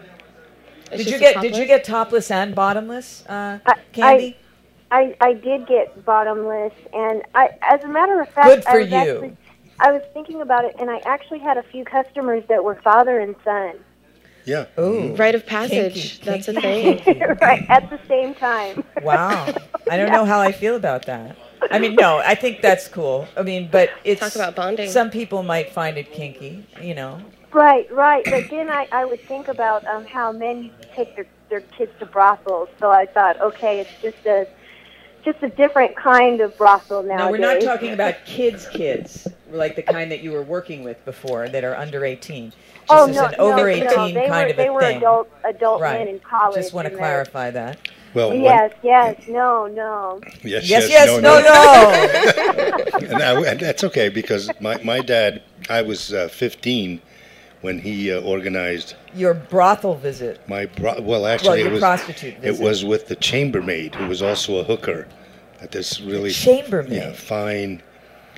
S12: It's
S6: did you
S12: just a
S6: get did you get
S12: topless?
S6: topless and bottomless uh,
S11: I-
S6: candy?
S11: I, I did get bottomless, and I, as a matter of fact,
S6: Good for
S11: I was
S6: you.
S11: actually- I was thinking about it, and I actually had a few customers that were father and son.
S2: Yeah. Mm-hmm.
S6: Ooh.
S12: Rite of passage.
S6: Kinky,
S12: That's a
S6: kinky,
S12: thing.
S6: kinky.
S11: right at the same time.
S6: Wow. I don't know how I feel about that. I mean, no, I think that's cool. I mean, but it's
S12: Talk about bonding.
S6: Some people might find it kinky, you know.
S11: Right, right. But then I, I would think about um, how men used to take their, their kids to brothels. So I thought, okay, it's just a just a different kind of brothel now.
S6: No, we're not talking about kids, kids, like the kind that you were working with before that are under 18. Just
S11: oh
S6: as
S11: no,
S6: an over
S11: no,
S6: 18
S11: no, they
S6: kind
S11: were,
S6: of a
S11: they were
S6: thing.
S11: adult adult
S6: right.
S11: men in college.
S6: Just want to
S11: and they're-
S6: clarify that.
S2: Well, one-
S11: Yes, yes, no, no.
S2: yes,
S6: Yes, yes, no, no.
S2: and, I, and that's okay because my, my dad, I was uh, 15 when he uh, organized
S6: Your brothel visit.
S2: my bro- well actually
S6: your
S2: it was
S6: prostitute
S2: it
S6: visit.
S2: was with the chambermaid who was also a hooker at this really
S6: Chambermaid?
S2: yeah, fine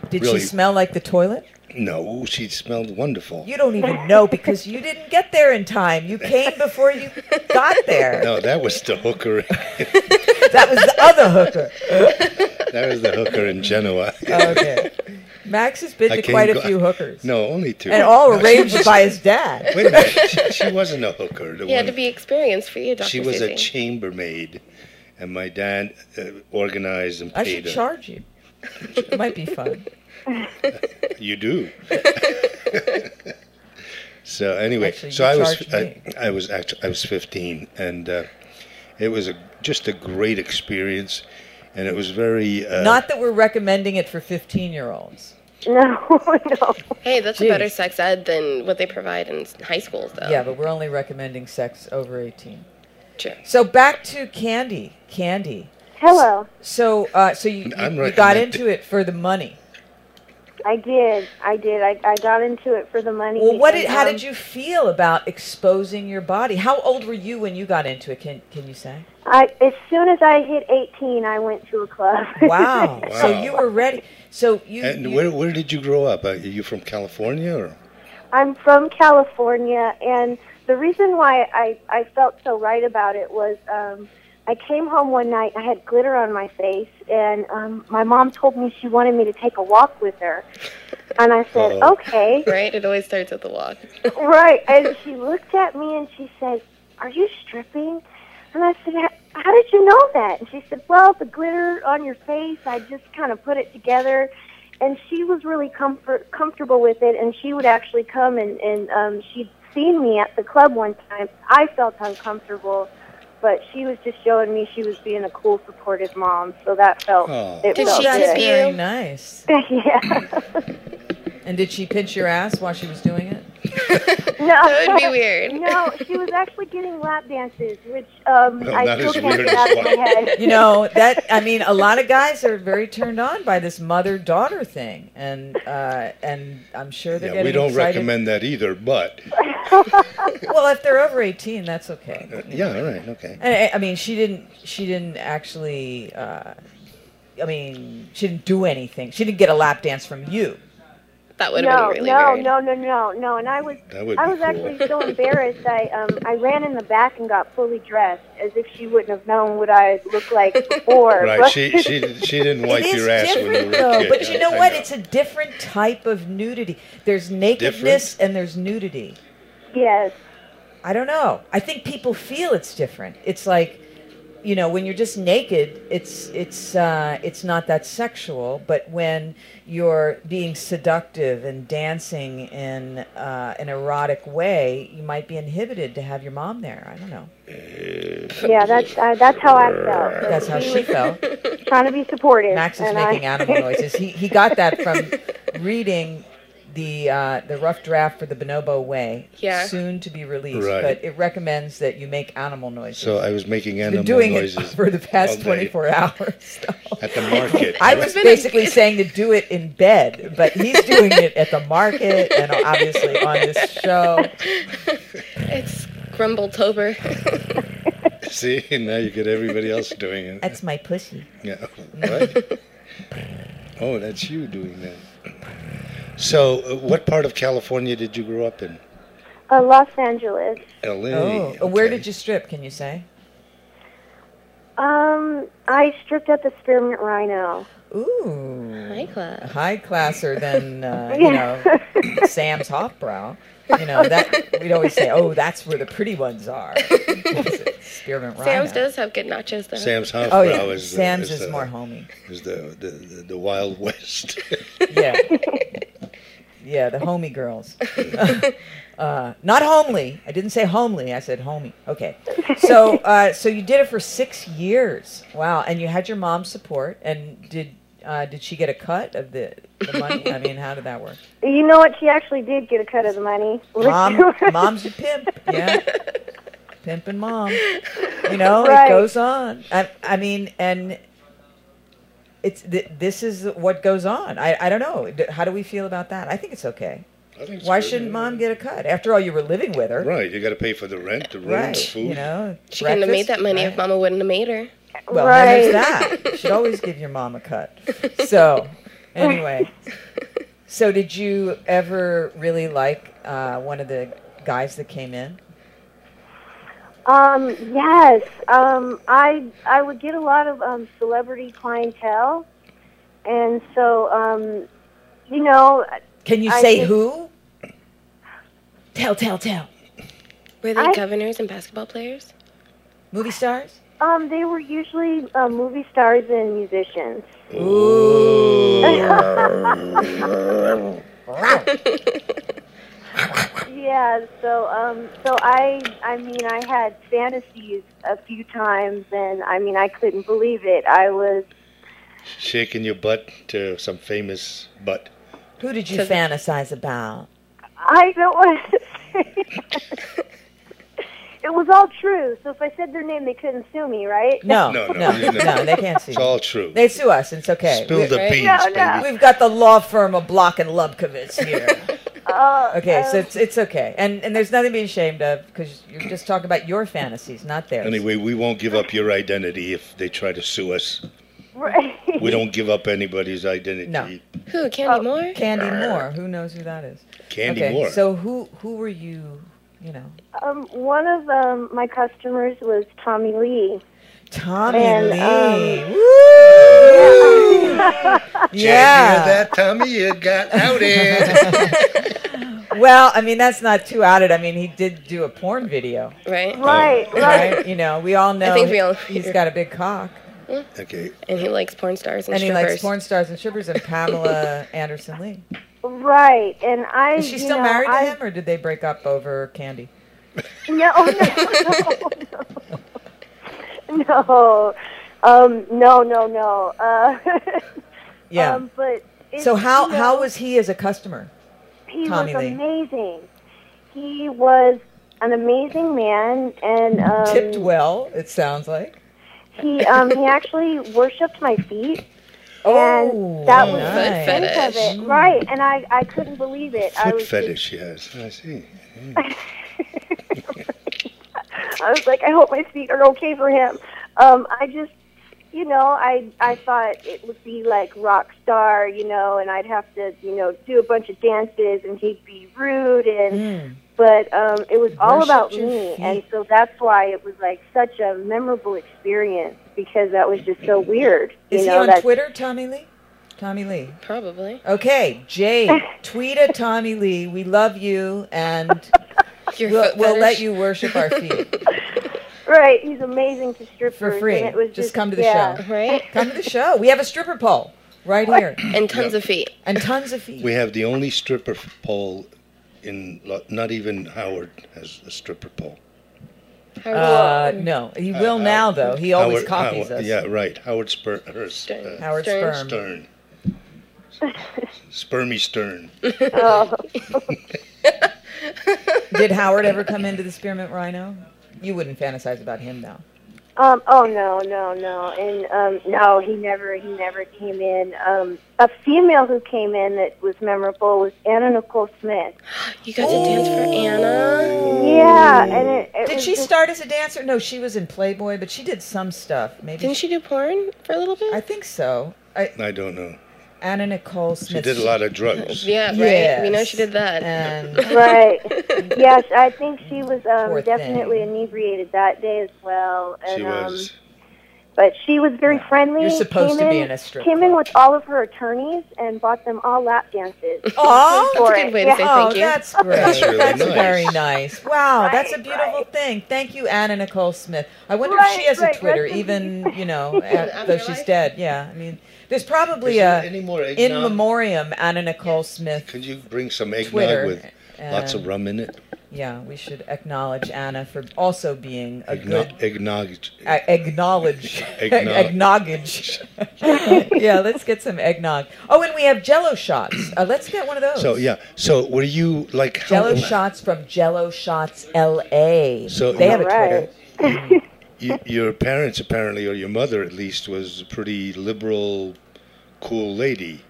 S6: Did
S2: really-
S6: she smell like the toilet?
S2: no she smelled wonderful
S6: You don't even know because you didn't get there in time. You came before you got there.
S2: no that was the hooker
S6: That was the other hooker.
S2: that was the hooker in Genoa
S6: Okay. Max has been
S2: Oh, I
S6: to
S2: came
S6: quite a
S2: go-
S6: few hookers.
S2: no only two
S6: And all arranged by his dad.
S2: wait a minute she, she wasn't a hooker the
S12: You had
S2: one-
S12: to be experienced for you, Dr.
S2: she was a
S12: Susie.
S2: chambermaid and my dad uh, organized and
S6: I
S2: paid
S6: should
S2: her
S6: charge you. It might be fun.
S2: You do. so anyway,
S6: Actually,
S2: so I
S6: you
S2: was
S6: charged
S2: I,
S6: me.
S2: I was actually I was 15, and uh, it was a, just a great experience, and it was very uh,
S6: Not that we're recommending it for 15 year olds.
S11: No, no.
S12: Hey, that's
S6: Jeez.
S12: a better sex ed than what they provide in s- high schools, though.
S6: Yeah, but we're only recommending sex over 18.
S12: True.
S6: So back to Candy. Candy.
S11: Hello.
S6: So uh, so you, you,
S2: I'm
S6: you got
S2: recommending-
S6: into it for the money.
S11: I did. I did. I, I got into it for the money.
S6: Well, what
S11: and,
S6: did, how
S11: um,
S6: did you feel about exposing your body? How old were you when you got into it? Can can you say?
S11: I as soon as I hit 18, I went to a club.
S6: Wow. So
S2: Wow.
S6: you were ready. So you,
S2: And
S6: you- Oh,
S2: where where did you grow up? Are you from California or?
S11: I'm from California, and the reason why I, I felt so right about it was um, I came home one night. I had glitter on my face, and um, my mom told me she wanted me to take a walk with her. And I said,
S2: Oh.
S11: okay,
S12: Right? It always starts with the walk.
S11: right. And she looked at me and she said, Are you stripping? And I said, "H- How did you know that? And she said, Well, the glitter on your face, I just kind of put it together. And she was really comfort, comfortable with it. And she would actually come and, and um, she'd seen me at the club one time. I felt uncomfortable. But she was just showing me she was being a cool, supportive mom, so that felt
S2: Oh.
S11: it
S12: Did
S6: Oh,
S11: felt
S12: she
S6: that's
S12: tip
S11: good.
S12: you?
S6: very nice.
S11: yeah,
S6: And did she pinch your ass while she was doing it?
S11: no,
S12: That would be weird.
S11: No, she was actually getting lap dances, which um,
S2: Well,
S11: I
S2: not
S11: still
S2: as
S11: can't
S2: Oh, weird
S11: get
S2: as
S11: out of
S2: what-
S11: my head.
S6: You know that I mean, a lot of guys are very turned on by this mother-daughter thing, and uh, and I'm sure they're
S2: Yeah,
S6: getting
S2: we don't
S6: excited.
S2: recommend that either. But
S6: Well, if they're over 18, that's okay.
S2: yeah, all right, okay.
S6: And eh, I- I mean, she didn't. She didn't actually. Uh, I mean, she didn't do anything. She didn't get a lap dance from you.
S12: That would have
S11: No,
S12: been really
S11: no,
S12: weird.
S11: no, no, no, no. And I was,
S2: That would
S11: I
S2: be
S11: was
S2: cool.
S11: actually so embarrassed. I, um, I ran in the back and got fully dressed, as if she wouldn't have known what I looked like before.
S2: Right,
S11: But-
S2: she she did- she didn't wipe
S6: it is
S2: your ass when
S6: different
S2: you were a
S6: though,
S2: kid.
S6: but you know
S2: I
S6: what? It's a different type of nudity. There's nakedness
S2: Different?
S6: and there's nudity.
S11: yes,
S6: I don't know. I think people feel it's different. It's like, you know, when you're just naked, it's it's uh, it's not that sexual. But when you're being seductive and dancing in uh, an erotic way, you might be inhibited to have your mom there. I don't know.
S11: yeah. That's uh, that's how I felt. So
S6: That's how she felt.
S11: Trying to be supportive.
S6: Max is
S11: and I-
S6: making animal noises. He he got that from reading the uh, the rough draft for the Bonobo Way,
S12: Yeah.
S6: soon to be released.
S2: Right.
S6: But it recommends that you make animal noises.
S2: So I was making
S6: Been
S2: animal
S6: doing
S2: noises
S6: it for the past
S2: all day
S6: 24 hours.
S2: at the market.
S6: I was
S12: been a-
S6: basically saying to do it in bed, but he's doing it at the market and obviously on this show.
S12: It's Grumbletober.
S2: see now you get everybody else doing it.
S6: That's my pussy.
S2: Yeah. What? oh, that's you doing that. So, uh, what part of California did you grow up in?
S11: uh, Los Angeles.
S2: L.A.
S6: Oh, where did you strip? Can you say?
S11: Um, Um, I stripped up a spearmint rhino.
S6: Ooh.
S11: High class.
S6: High classer than uh,
S11: Yeah.
S6: you know Sam's hot brow. You know that we'd always say, "Oh, that's where the pretty ones are." Spearmint
S12: Sam's
S6: Rhino.
S12: does have good nachos though.
S2: Sam's Hofbrau
S6: Oh, yeah.
S2: is the-
S6: Sam's
S2: is
S6: is
S2: the-
S6: more homey.
S2: Is the the, the, the Wild West.
S6: Yeah. yeah, the homey girls. uh, not homely. I didn't say homely. I said homey. Okay. So, uh, so you did it for six years. Wow. And you had your mom's support. And did uh, did she get a cut of the, the money? I mean, how did that work?
S11: You know what? She actually did get a cut of the money.
S6: Mom, mom's a pimp. Yeah. Pimp and mom. You know,
S11: Right.
S6: it goes on. I, I mean, and it's th- this is what goes on. I, I don't know. D- How do we feel about that? I think it's okay.
S2: I think it's
S6: Why
S2: good,
S6: shouldn't
S2: yeah.
S6: mom get a cut? After all, you were living with her.
S2: Right, you got to pay for the rent, the room,
S6: Right,
S2: the food.
S6: You know,
S12: She couldn't have made
S6: breakfast,
S12: that money
S6: right?
S12: if Mama wouldn't have made her.
S6: Well, then there's
S12: Right.
S6: that. You should always give your mom a cut. So, anyway, so did you ever really like uh, one of the guys that came in?
S11: Um, yes. Um, I I would get a lot of um, celebrity clientele, and so um, you know,
S6: Can you
S11: I
S6: say
S11: think-
S6: who? Tell, tell, tell.
S12: Were they
S11: I-
S12: governors and basketball players?
S6: Movie stars?
S11: um, they were usually uh, movie stars and musicians. Yeah, so um so I I mean I had fantasies a few times and I mean I couldn't believe it. I was
S2: Shaking your butt to some famous butt.
S6: Who did you fantasize about?
S11: I don't want to say that. It was all true. So if I said their name they couldn't sue me, right?
S6: No,
S2: No,
S6: no,
S2: no,
S6: no,
S2: you know.
S6: they can't see.
S2: It's all true.
S6: They sue us. It's okay.
S2: Spill the
S12: Right?
S2: beans,
S11: No,
S2: baby.
S11: no.
S6: We've got the law firm of Block and Lubkovitz here.
S11: Uh,
S6: Okay,
S11: um,
S6: so it's, it's okay. And and there's nothing to be ashamed of because you're just talking about your fantasies, not theirs.
S2: Anyway, we won't give up your identity if they try to sue us.
S11: right.
S2: We don't give up anybody's identity.
S6: No.
S12: Who?
S6: Oh.
S12: Candy Moore?
S6: Candy Moore, who knows who that is?
S2: Candy
S6: okay,
S2: Moore.
S6: So who who were you, you know?
S11: um one of um my customers was Tommy Lee.
S6: Tommy
S11: And,
S6: Lee.
S11: um,
S6: Woo!
S2: Did you hear
S6: yeah.
S2: that, Tommy? You got outed.
S6: Well, I mean, that's not too outed. I mean, he did do a porn video,
S12: Right?
S11: Right, right.
S6: right? You know, we all know
S12: think we all-
S6: he's got a big cock.
S2: okay.
S12: And he likes porn stars and,
S6: And he
S12: strippers.
S6: likes porn stars and strippers and Pamela Anderson Lee.
S11: Right. And I
S6: Is she
S11: you
S6: still
S11: know,
S6: married
S11: I,
S6: to him, or did they break up over Candy?
S11: No, no, no, no, um, no, no, no. Uh,
S6: Yeah.
S11: Um, but it's,
S6: so how
S11: you know,
S6: how was he as a customer?
S11: he
S6: Tommy
S11: was
S6: Lee?
S11: amazing. He was an amazing man, and um,
S6: Tipped well, it sounds like.
S11: he um, he actually worshipped my feet.
S6: Oh,
S11: and that was
S6: nice.
S11: the extent of it, right? And I, I couldn't believe it. I
S2: Foot
S11: was
S2: fetish, yes. I see.
S11: Just, I was like, I hope my feet are okay for him. Um, I just, you know, I I thought it would be like rock star, you know, and I'd have to, you know, do a bunch of dances, and he'd be rude, and but um, it was all
S6: Hmm. Worship
S11: about
S6: your
S11: me,
S6: feet.
S11: and so that's why it was like such a memorable experience because that was just so weird.
S6: Is
S11: you
S6: he
S11: know,
S6: on
S11: that,
S6: Twitter, Tommy Lee? Tommy Lee.
S12: Probably.
S6: Okay, Jade, tweet at Tommy Lee. We love you, and
S12: Your
S6: we'll,
S12: foot
S6: we'll let
S12: fetish?
S6: you worship our feet
S11: Right, he's amazing to strippers.
S6: for free.
S11: And it was
S6: Just, come to the
S11: yeah.
S6: show.
S12: Right?
S6: Come to the show. We have a stripper pole right here,
S12: And tons of feet.
S6: and tons of feet.
S2: We have the only stripper pole in, Lo- not even Howard has a stripper pole.
S12: How
S6: Uh, no, he will now though. He always
S2: Howard,
S6: copies
S2: Howard,
S6: us.
S2: Yeah, right. Howard Spur, her,
S12: Stern.
S2: uh,
S6: Howard
S12: Stern.
S6: Sperm.
S2: Stern. Spermy Stern.
S11: Oh.
S6: Did Howard ever come into the Spearmint Rhino? You wouldn't fantasize about him though.
S11: Um, oh no, no, no, and um, no, he never, he never came in. Um, a female who came in that was memorable was Anna Nicole Smith.
S12: You got to dance for
S6: oh.
S12: Anna.
S11: Yeah, and it, it
S6: Did
S11: was
S6: she
S11: just-
S6: start as a dancer? No, she was in Playboy, but she did some stuff. Maybe
S12: Didn't she do porn for a little bit?
S6: I think so. I,
S2: I don't know.
S6: Anna Nicole
S2: She
S6: Smith.
S2: did a lot of drugs.
S12: yeah, right. We know
S6: Yes.
S12: she did that.
S6: And
S11: Right. yes, I think she was
S6: Mm, Poor
S11: um,
S6: thing.
S11: definitely inebriated that day as well. And,
S2: She was.
S11: Um, But she was very friendly.
S6: You're supposed
S11: came
S6: to be
S11: in,
S6: in a strip
S11: Came in with all of her attorneys and bought them all lap dances.
S6: Oh,
S11: For it. Yeah.
S6: oh, That's great.
S2: That's
S6: That's,
S2: really nice.
S6: very nice. Wow, that's a
S11: Right,
S6: beautiful thing. Thank you, Anna Nicole Smith. I wonder if she
S11: Right,
S6: has
S11: right,
S6: a Twitter,
S11: rest in
S6: even you know,
S12: After
S6: at, though she's
S12: life?
S6: dead. Yeah, I mean, there's probably
S2: Is there
S6: a
S2: any more
S6: in
S2: eggnog?
S6: memoriam Anna Nicole Smith.
S2: Could you bring some eggnog
S6: Twitter,
S2: with lots of
S6: and-
S2: rum in it?
S6: Yeah, we should acknowledge Anna for also being a good
S2: Eggnog. eggnog
S6: A- Uh, acknowledge
S2: Eggnog.
S6: acknowledge yeah let's get some eggnog oh and we have jello shots uh, let's get one of those
S2: so yeah. So were you like how-
S6: jello shots from jello shots la
S2: So
S6: they have a twitter
S2: Y- your parents apparently, or your mother at least, was a pretty liberal, cool lady.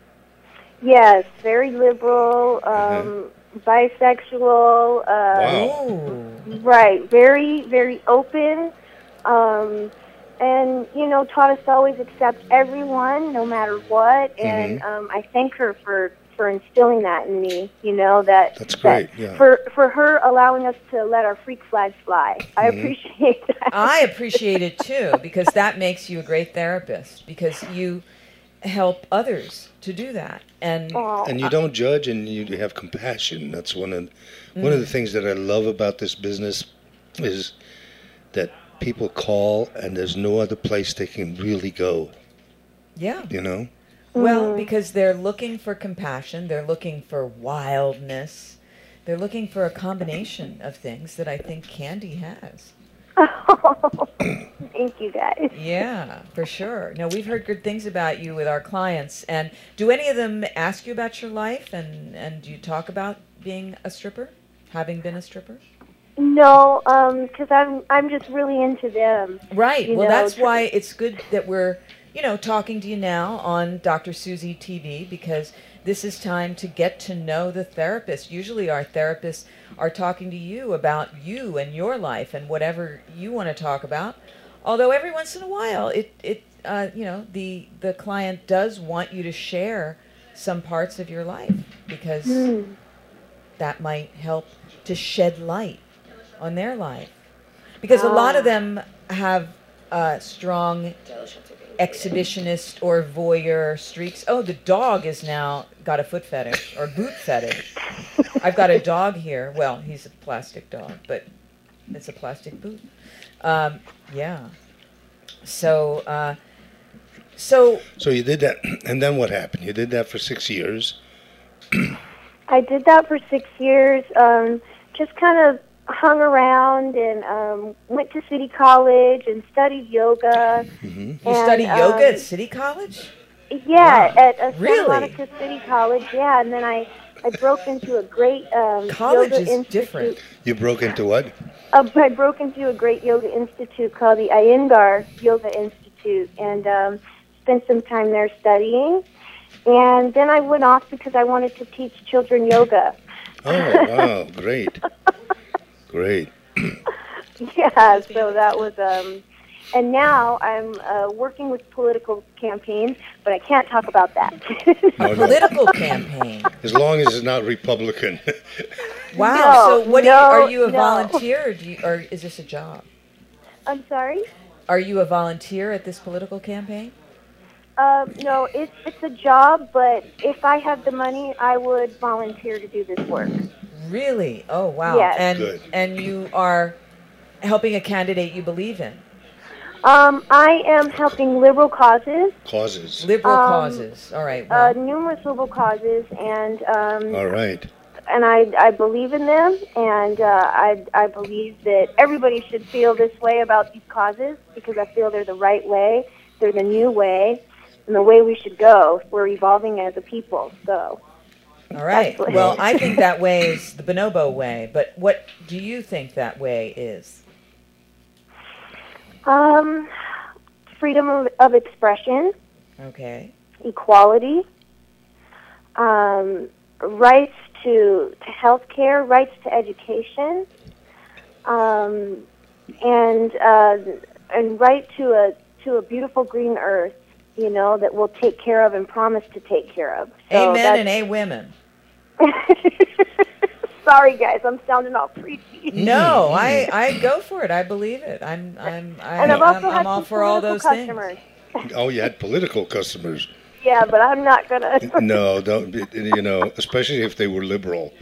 S11: Yes, very liberal, um,
S6: Uh-huh.
S11: bisexual. Uh,
S2: Wow.
S11: Right, very, very open. Um, and, you know, taught us to always accept everyone, no matter what. And
S2: Mhm.
S11: um, I thank her for, for instilling that in me, you know, that,
S2: That's great. Yeah.
S11: for, for her allowing us to let our freak flags fly. I
S2: Mm-hmm.
S6: Mhm.
S11: appreciate that.
S6: I appreciate it too because that makes you a great therapist because you help others to do that. And
S2: and you don't judge, and you have compassion. That's one of one of the things that I love about this business is that people call, and there's no other place they can really go.
S6: yeah.
S2: You know.
S6: Well, because they're looking for compassion, they're looking for wildness. They're looking for a combination of things that I think Candy has.
S11: Thank you, guys.
S6: Yeah, for sure. No, we've heard good things about you with our clients. And do any of them ask you about your life and and do you talk about being a stripper? Having been a stripper?
S11: No, because I'm, I'm just really into them.
S6: Right.
S11: you
S6: Well,
S11: know,
S6: that's
S11: tr-
S6: why it's good that we're, you know, talking to you now on Dr. Susie TV because this is time to get to know the therapist. Usually, our therapists are talking to you about you and your life and whatever you want to talk about. Although every once in a while, it it uh, you know the the client does want you to share some parts of your life because that might help to shed light on their life because a lot of
S11: Um,
S6: them have uh, strong exhibitionist or voyeur streaks. Oh, the dog has now got a foot fetish or boot fetish. I've got a dog here. Well, he's a plastic dog, but it's a plastic boot. Um, yeah. So, uh, so
S2: So you did that, and then what happened? You did that for six years.
S11: I did that for six years. Um, just kind of hung around and um, went to City College and studied yoga.
S6: you
S11: And,
S6: study yoga
S11: um,
S6: at City College?
S11: Yeah, at uh,
S6: Really?
S11: Santa Monica City College. Yeah, and then I, I broke into a great um,
S6: College
S11: yoga
S6: is
S11: institute.
S6: different.
S2: You broke into what?
S11: Uh, I broke into a great yoga institute called the Iyengar Yoga Institute and um, spent some time there studying. And then I went off because I wanted to teach children yoga.
S2: Oh, wow, great, great.
S11: Yeah, so that was um and now I'm uh, working with political campaigns, but I can't talk about that.
S2: No, no.
S6: Political campaign.
S2: As long as it's not Republican.
S6: Wow.
S11: No,
S6: so, what
S11: no,
S6: do you, are you a
S11: no.
S6: volunteer, or, do you, or is this a job?
S11: I'm sorry.
S6: Are you a volunteer at this political campaign?
S11: Um, no, it's it's a job, but if I had the money, I would volunteer to do this work.
S6: Really? Oh, wow.
S11: Yes.
S6: And
S2: Good.
S6: and you are helping a candidate you believe in,
S11: Um, I am helping liberal causes,
S2: Causes.
S6: liberal
S11: Um,
S6: causes. All right.
S11: uh,
S6: Well,
S11: numerous liberal causes, and um,
S2: All right.
S11: and I I believe in them, and uh, I I believe that everybody should feel this way about these causes because I feel they're the right way, they're the new way, and the way we should go. We're evolving as a people, so uh,
S6: all right.
S11: that's-
S6: Well, I think that way is the bonobo way. But what do you think that way is?
S11: um, freedom of, of expression,
S6: Okay.
S11: equality, um, rights to to health care, rights to education, um, and uh, and right to a to a beautiful green earth. You know that we'll take care Oh, of and promise to take care of. So
S6: Amen
S11: that's-
S6: and a women.
S11: sorry, guys. I'm sounding all preachy.
S6: No, I, I go for it. I believe it. I'm I'm I,
S11: And I've also
S6: am
S11: had
S6: I'm all
S11: some
S6: for all
S11: political
S6: those
S11: customers.
S6: things.
S2: Oh, you had political customers.
S11: Yeah, but I'm not gonna.
S2: No, don't. be- You know, especially if they were liberal.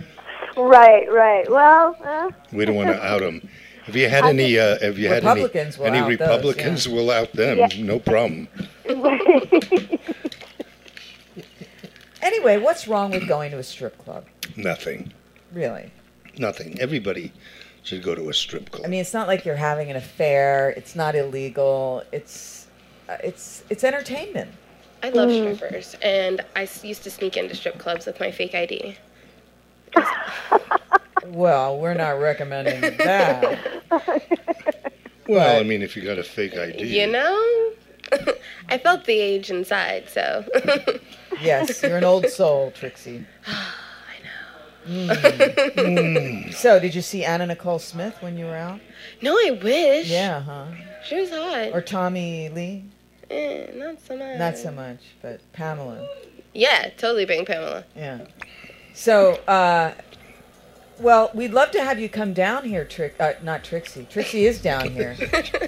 S11: right, right. Well, uh,
S2: We don't want to out them. Have you had any? Uh, have you had any?
S6: Republicans will
S2: Any
S6: out those, yeah.
S2: Republicans will out them.
S11: Yeah.
S2: No problem.
S6: Anyway, what's wrong with going to a strip club?
S2: Nothing.
S6: Really?
S2: Nothing. Everybody should go to a strip club.
S6: I mean, it's not like you're having an affair. It's not illegal. It's uh, it's it's entertainment.
S12: I love
S6: Hmm.
S12: strippers, and I s- used to sneak into strip clubs with my fake ID.
S6: Well, we're not recommending that.
S2: well, I mean, if you got a fake ID,
S12: You know, I felt the age inside, so
S6: Yes, you're an old soul, Trixie.
S2: Hmm.
S6: Mm. So, did you see Anna Nicole Smith when you were out?
S12: no, I wish.
S6: Yeah, huh?
S12: she was hot.
S6: Or Tommy Lee?
S12: Eh, not so much.
S6: Not so much, but Pamela.
S12: Yeah, totally being Pamela.
S6: Yeah. So, uh, well, we'd love to have you come down here, Trick. Uh, not Trixie. Trixie is down here.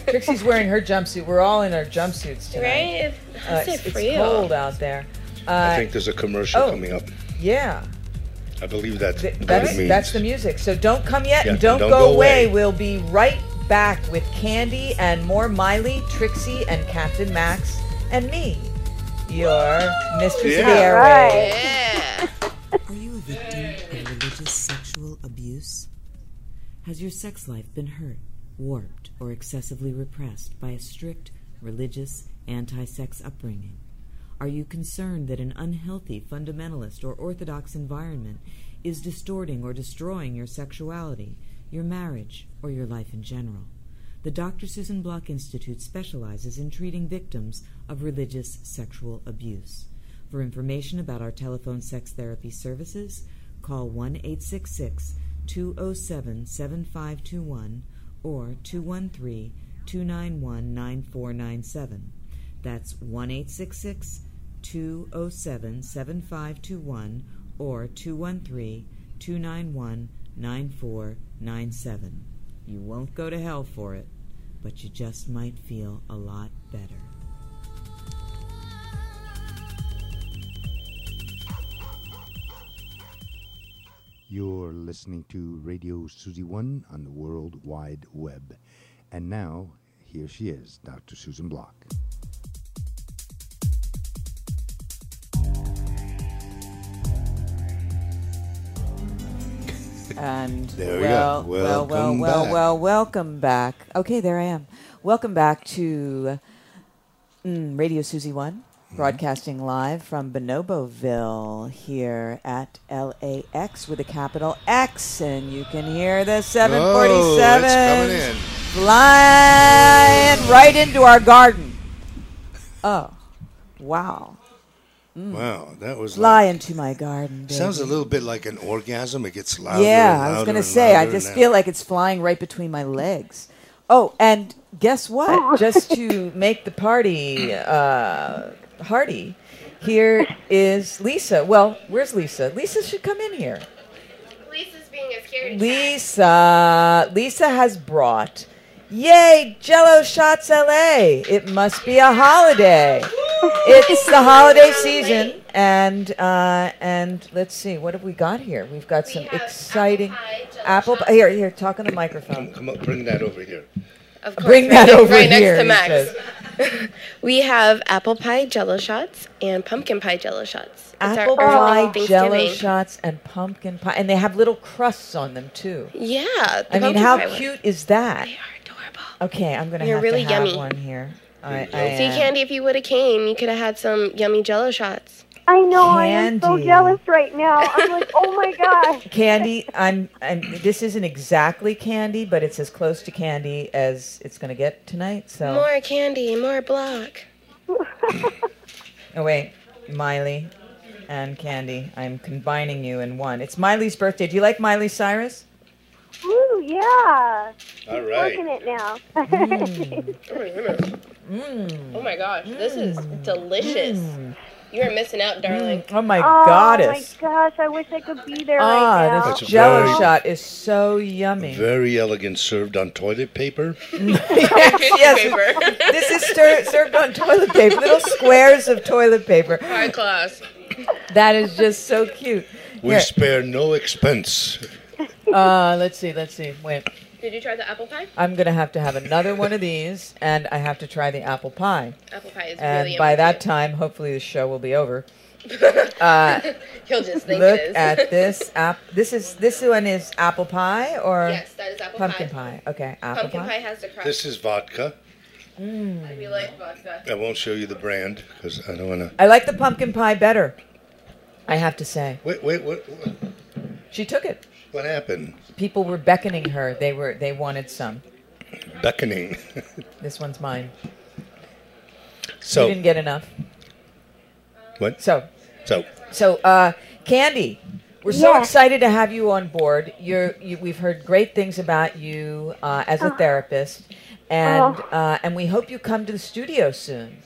S6: Trixie's wearing her jumpsuit. We're all in our jumpsuits tonight.
S12: Right? It's,
S6: Uh,
S12: how's
S6: it's
S12: it for
S6: it's
S12: you?
S6: cold out there.
S2: I
S6: Uh,
S2: think there's a commercial
S6: oh.
S2: coming up.
S6: yeah,
S2: I believe that's
S6: th-
S2: what
S6: that's
S2: it means.
S6: that's the music. So don't come yet,
S2: Yeah,
S6: and don't,
S2: don't
S6: go,
S2: go
S6: away.
S2: away.
S6: We'll be right back with Candy and more Miley, Trixie, and Captain Max, and me, your mistress of the
S2: Yeah.
S6: airwaves.
S12: Yeah.
S4: Are you a victim of religious sexual abuse? Has your sex life been hurt, warped, or excessively repressed by a strict religious anti sex upbringing? Are you concerned that an unhealthy fundamentalist or orthodox environment is distorting or destroying your sexuality, your marriage, or your life in general? The Dr. Susan Block Institute specializes in treating victims of religious sexual abuse. For information about our telephone sex therapy services, call 1 866 207 7521 or 213 291 9497. That's 1 866 207 7521 or 213 291 9497. You won't go to hell for it, but you just might feel a lot better.
S13: You're listening to Radio Susie One on the World Wide Web. And now, here she is, Dr. Susan Block.
S6: And
S2: There we go.
S6: well, well, well,
S2: Welcome
S6: well,
S2: back.
S6: well, welcome back. Okay, there I am. Welcome back to mm, Radio Susie One,
S2: Mm-hmm.
S6: broadcasting live from Bonoboville here at LAX with a capital X, and you can hear the 747
S2: Oh, it's coming in.
S6: flying right into our garden. Oh, wow! Mm.
S2: Wow, that was
S6: Fly
S2: like,
S6: into my garden. Baby.
S2: sounds a little bit like an orgasm. It gets louder.
S6: Yeah,
S2: and
S6: I was
S2: louder
S6: gonna
S2: and
S6: say, I
S2: louder
S6: just
S2: and
S6: feel like it's flying right between my legs. Oh, and guess what? just to make the party uh, hearty, here is Lisa. Well, where's Lisa? Lisa should come in here.
S12: Lisa's being a scaredy
S6: Lisa, Lisa has brought, yay, Jello Shots LA. It must be a holiday. It's the holiday season, and uh, and let's see, what have we got here? We've got some exciting apple pie. Here, here, talk on the microphone.
S2: Come up, bring that over here.
S12: Of course,
S6: Bring that
S12: right, ne-
S6: over
S12: right
S6: here, he
S12: next
S6: says.
S12: to Max. we have apple pie jello shots and pumpkin pie jello shots. It's our
S6: Apple
S12: early
S6: pie, jello
S12: Thanksgiving.
S6: shots, and pumpkin pie, and they have little crusts on them too.
S12: Yeah. the
S6: I mean,
S12: pumpkin
S6: how
S12: pie one.
S6: cute is that?
S12: They are adorable.
S6: Okay, I'm gonna
S12: They're
S6: have
S12: really
S6: to have
S12: yummy.
S6: one here. I, I
S12: See,
S6: am.
S12: Candy, if you would have came, you could have had some yummy jello shots.
S11: I know I am so
S6: Candy.
S11: jealous right now. I'm like, oh my gosh.
S6: uh, candy I'm, I'm this isn't exactly candy but it's as close to candy as it's going to get tonight so
S12: More candy, more block.
S6: oh wait miley and candy i'm combining you in one it's miley's birthday do you like miley cyrus
S11: Ooh, yeah.
S2: All
S11: Working
S2: right.
S11: it now.
S6: Mm, Mm.
S12: Oh my gosh, this is delicious. You are missing out, darling.
S6: Oh my
S12: Oh,
S6: goddess!
S11: my gosh, I wish I could be there right now.
S6: ah,
S2: That's
S6: this
S2: a
S6: Jello
S2: very-
S6: shot is so yummy.
S2: Very elegant, served on toilet paper.
S6: yes, this is stir- served on toilet paper, little squares of toilet paper.
S12: High class.
S6: That is just so cute.
S2: We
S6: Here,
S2: spare no expense.
S6: uh, let's see, let's see. Wait,
S12: Did you try the apple pie?
S6: I'm gonna have to have another one of these, and I have to try the apple pie.
S12: Apple pie is
S6: and
S12: really
S6: by
S12: yummy,
S6: that
S12: too.
S6: time, hopefully, the show will be over. Uh,
S12: He'll just think
S6: look
S12: it is.
S6: at this app. This is this one is apple pie or
S12: Yes, that is apple
S6: pumpkin pie. Okay, apple
S12: Pumpkin pie has the crust.
S2: This is vodka.
S6: Mm.
S12: We like vodka.
S2: I won't show you the brand because I don't want to.
S6: I like the pumpkin pie better. I have to say.
S2: Wait, wait, what? what-
S6: She took it.
S2: What happened?
S6: People were beckoning her. They were they wanted some.
S2: Beckoning.
S6: This one's mine.
S2: So-
S6: you didn't get enough.
S2: what?
S6: So.
S2: So.
S6: So, uh, Candy, we're so
S7: Yeah.
S6: excited to have you on board. You're, you, we've heard great things about you uh, as a
S11: Oh.
S6: therapist, and uh, and we hope you come to the studio soon.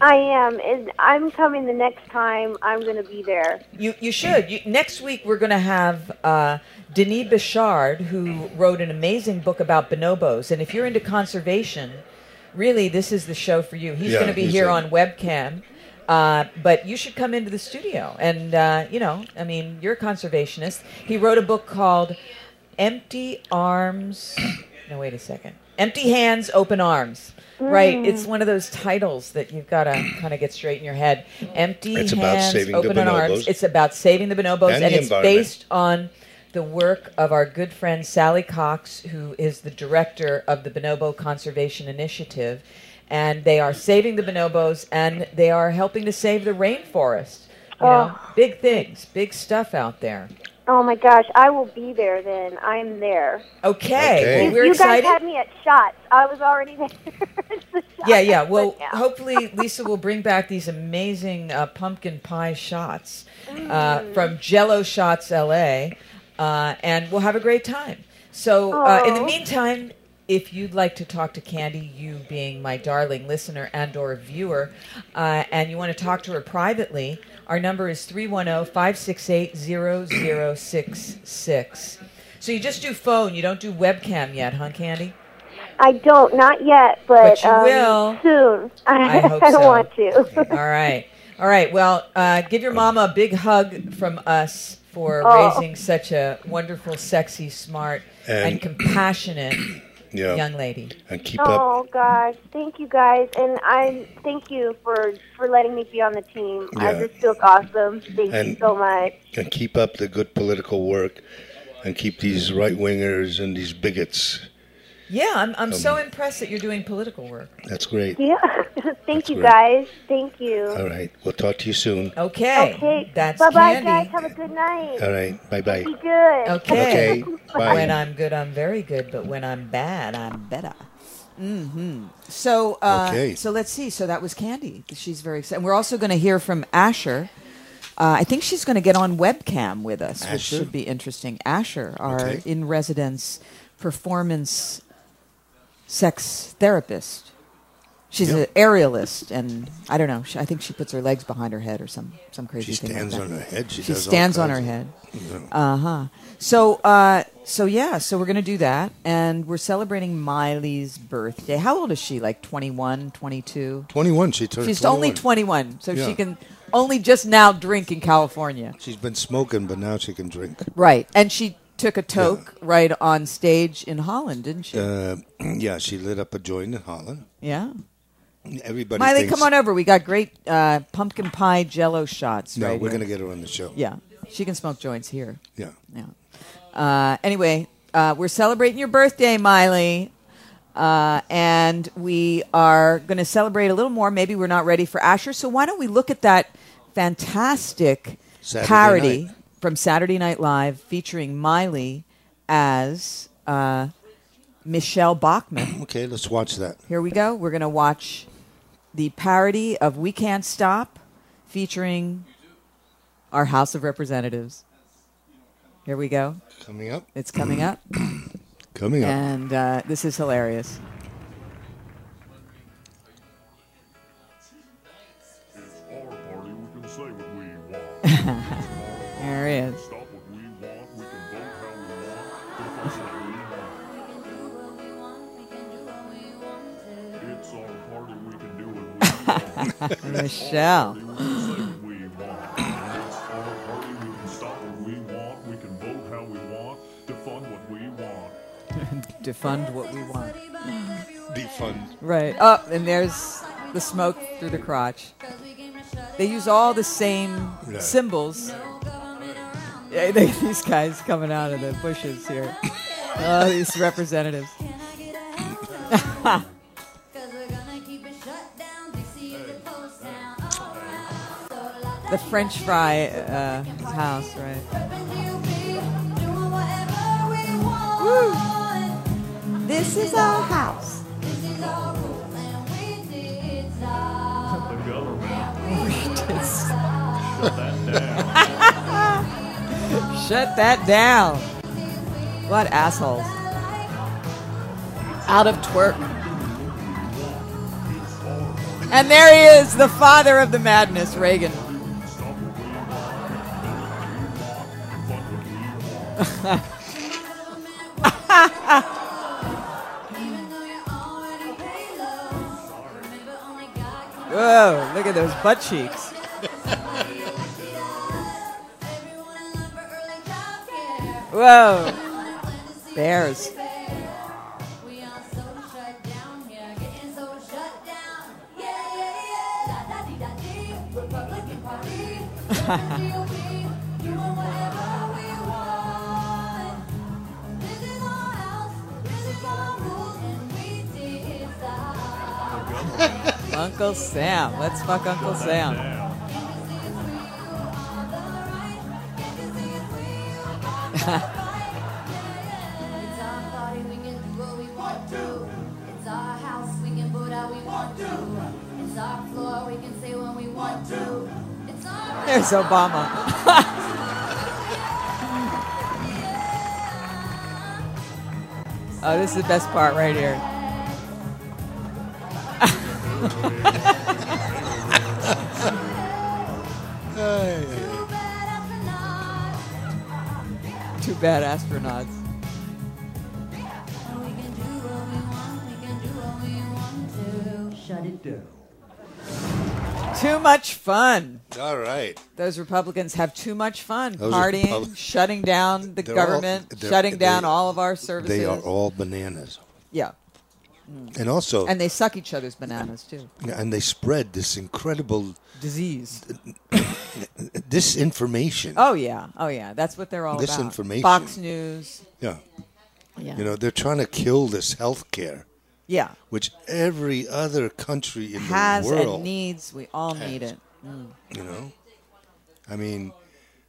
S11: I am, and I'm coming the next time. I'm going to be there.
S6: You you should. You, next week we're going to have uh, Denis Bichard, who wrote an amazing book about bonobos, and if you're into conservation, really this is the show for you. He's
S7: Yeah,
S6: going to be
S7: he's
S6: here
S7: a-
S6: on webcam. Uh, but you should come into the studio, and uh, you know, I mean, you're a conservationist. He wrote a book called "Empty Arms." No, wait a second. Empty hands, open arms. Right?
S7: Mm.
S6: It's one of those titles that you've got to kind of get straight in your head. Empty
S2: It's about
S6: hands,
S2: saving the
S6: open arms.
S2: bonobos.
S6: It's about saving the bonobos,
S2: And
S6: and,
S2: the
S6: it's
S2: environment.
S6: based on the work of our good friend Sally Cox, who is the director of the Bonobo Conservation Initiative. And they are saving the bonobos, and they are helping to save the rainforest. You know, big things, big stuff out there.
S11: Oh my gosh, I will be there then. I'm there.
S6: Okay,
S11: you,
S6: well, we're
S11: you
S6: excited.
S11: guys had me at shots. I was already there.
S6: yeah, yeah. Well, hopefully Lisa will bring back these amazing uh, pumpkin pie shots uh,
S7: Mm.
S6: from Jello Shots LA, uh, and we'll have a great time. So, uh, in the
S7: Aw.
S6: meantime, if you'd like to talk to Candy, you being my darling listener and/or viewer, uh, and you want to talk to her privately, our number is oh, 310-568-0066. So you just do phone. You don't do webcam yet, huh, Candy?
S11: I don't, not yet, but,
S6: But you
S11: um,
S6: will.
S11: soon. I,
S6: I hope
S11: don't
S6: so.
S11: want to.
S6: All right. All right. Well, uh, give your mama a big hug from us for
S11: Oh.
S6: raising such a wonderful, sexy, smart, and,
S2: And-
S6: compassionate
S2: Yeah.
S6: young lady.
S2: And keep up.
S11: oh gosh, thank you guys, and I thank you for for letting me be on the team. I
S2: Yeah.
S11: just feel awesome. Thank you
S2: And-
S11: so much.
S2: and keep up the good political work and keep these right wingers and these bigots.
S6: Yeah, I'm, I'm
S2: Um,
S6: so impressed that you're doing political work.
S2: That's great.
S11: Yeah, thank you
S2: great.
S11: guys. Thank you.
S2: All right. We'll talk to you soon.
S6: Okay.
S11: Okay.
S6: That's
S11: bye bye,
S6: Candy.
S11: guys. Have a good night.
S2: All right. Bye bye.
S11: Be good.
S2: Okay,
S6: Okay.
S2: bye.
S6: When I'm good, I'm very good, but when I'm bad, I'm better. Mm-hmm. So, uh,
S7: Okay.
S6: so let's see. So that was Candy. She's very excited. We're also going to hear from Asher. Uh, I think she's going to get on webcam with us, which
S7: Asher?
S6: should be interesting. Asher, our
S7: Okay.
S6: in residence performance sex therapist. She's
S7: Yep.
S6: an aerialist, and I don't know. She, I think she puts her legs behind her head or some some crazy
S2: She
S6: thing. like
S2: stands
S6: that.
S2: on her head. She
S6: she
S2: does all
S6: stands on her
S2: kinds of-
S6: head.
S2: Yeah.
S6: Uh huh. So, uh, so yeah. So we're gonna do that, and we're celebrating Miley's birthday. How old is she? Like 21, 22?
S2: 21. She turned
S6: She's
S2: 21.
S6: only twenty-one, so
S2: Yeah.
S6: she can only just now drink in California.
S2: She's been smoking, but now she can drink.
S6: Right, and she took a toke right on stage in Holland, didn't she?
S2: Uh, yeah, she lit up a joint in Holland.
S6: yeah.
S2: Everybody
S6: Miley,
S2: thinks,
S6: come on over. We got great uh, pumpkin pie Jello shots.
S2: No,
S6: right
S2: we're
S6: here.
S2: going to get her on the show.
S6: Yeah, she can smoke joints here.
S2: Yeah.
S6: Yeah. Uh, anyway, uh, we're celebrating your birthday, Miley. Uh, and we are going to celebrate a little more. Maybe we're not ready for Asher. So why don't we look at that fantastic
S7: Saturday
S6: parody
S7: night.
S6: from Saturday Night Live featuring Miley as uh, Michelle Bachman.
S2: Okay, let's watch that.
S6: Here we go. We're going to watch the parody of We Can't Stop featuring our House of Representatives. Here we go.
S2: Coming up.
S6: It's coming up.
S2: Coming up.
S6: And uh, this is hilarious.
S14: Our party, we can say.
S8: there he is. Michelle. Defund what we want.
S2: Defund.
S8: Right. Up, and there's the smoke through the crotch. They use all the same
S2: Yeah.
S8: symbols. Yeah, they- these guys coming out of the bushes here. oh, these representatives. the French fry uh, house, right? This is our house. Shut that down. What assholes. Out of twerk. And there he is, the father of the madness, Reagan. Whoa, look at those butt cheeks. Whoa. Bears. Uncle Sam. Let's fuck Uncle Sam. There's Obama. oh, this is the best part right here. Two bad astronauts.
S4: Shut it down.
S8: Too much fun.
S2: All right.
S8: Those Republicans have too much fun
S2: Those
S8: partying,
S2: Republic-
S8: shutting down the
S2: They're all-
S8: government,
S2: they're-
S8: shutting down
S2: they-
S8: all of our services.
S2: They are all bananas.
S8: yeah.
S2: And also,
S8: And they suck each other's bananas too.
S2: and they spread this incredible
S8: disease,
S2: this information.
S8: Oh yeah, oh yeah. That's what they're all
S2: This
S8: about.
S2: information.
S8: Fox News.
S2: Yeah.
S8: Yeah.
S2: You know, they're trying to kill this health care,
S8: Yeah.
S2: which every other country in
S8: Has
S2: the world
S8: and needs. We all
S2: has.
S8: need it. Mm.
S2: You know, I mean,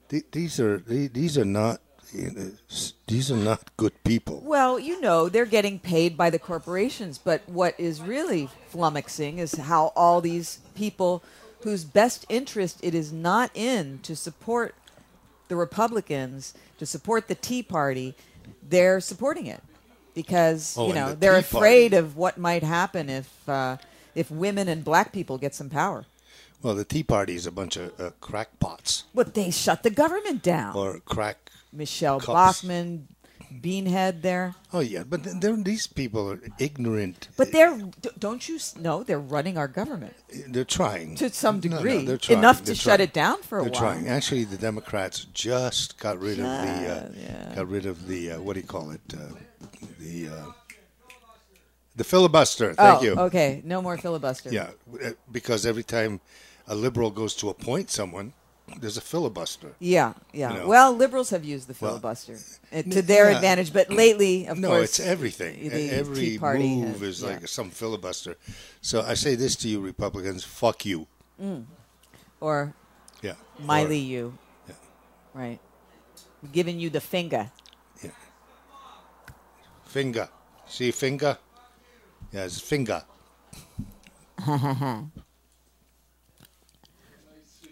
S2: th- these are th- these are not you know, s- these are not good people.
S8: Well, you know, they're getting paid by the corporations, but what is really flummoxing is how all these people whose best interest it is not in to support the Republicans, to support the Tea Party, they're supporting it because,
S7: Oh,
S8: you
S7: and
S8: know,
S7: the
S8: they're
S7: Tea Party.
S8: afraid of what might happen if uh, if women and black people get some power.
S2: Well, the Tea Party is a bunch of uh, crackpots
S8: But they shut the government down.
S2: or crack.
S8: Michelle
S2: Cups.
S8: Bachmann, Beanhead there.
S2: Oh yeah, but th- they're, these people are ignorant.
S8: But they're d- don't you s- know they're running our government.
S2: They're trying
S8: To some
S2: No, no,
S8: degree.
S2: they're trying.
S8: Enough to
S2: They're
S8: shut
S2: trying.
S8: it down for a
S2: they're
S8: while.
S2: trying. Actually, the Democrats just got rid of the uh, got rid of the uh, what do you call it? Uh, the uh, the filibuster. Thank
S8: oh,
S2: you.
S8: Okay, no more filibuster.
S2: Yeah, uh, because every time a liberal goes to appoint someone, there's a filibuster.
S8: Yeah, yeah.
S2: You know?
S8: Well, liberals have used the
S2: Well,
S8: filibuster uh, to their
S2: yeah.
S8: advantage, but lately, of
S2: no,
S8: course,
S2: it's everything.
S8: the
S2: Every
S8: Tea Party
S2: move
S8: has-
S2: is
S8: yeah.
S2: like some filibuster. So I say this to you, Republicans: fuck you.
S8: Mm. or
S2: Yeah.
S8: Miley,
S2: Or-
S8: you, right? Giving you the finger.
S2: Finger. See finger? Yeah, it's finger.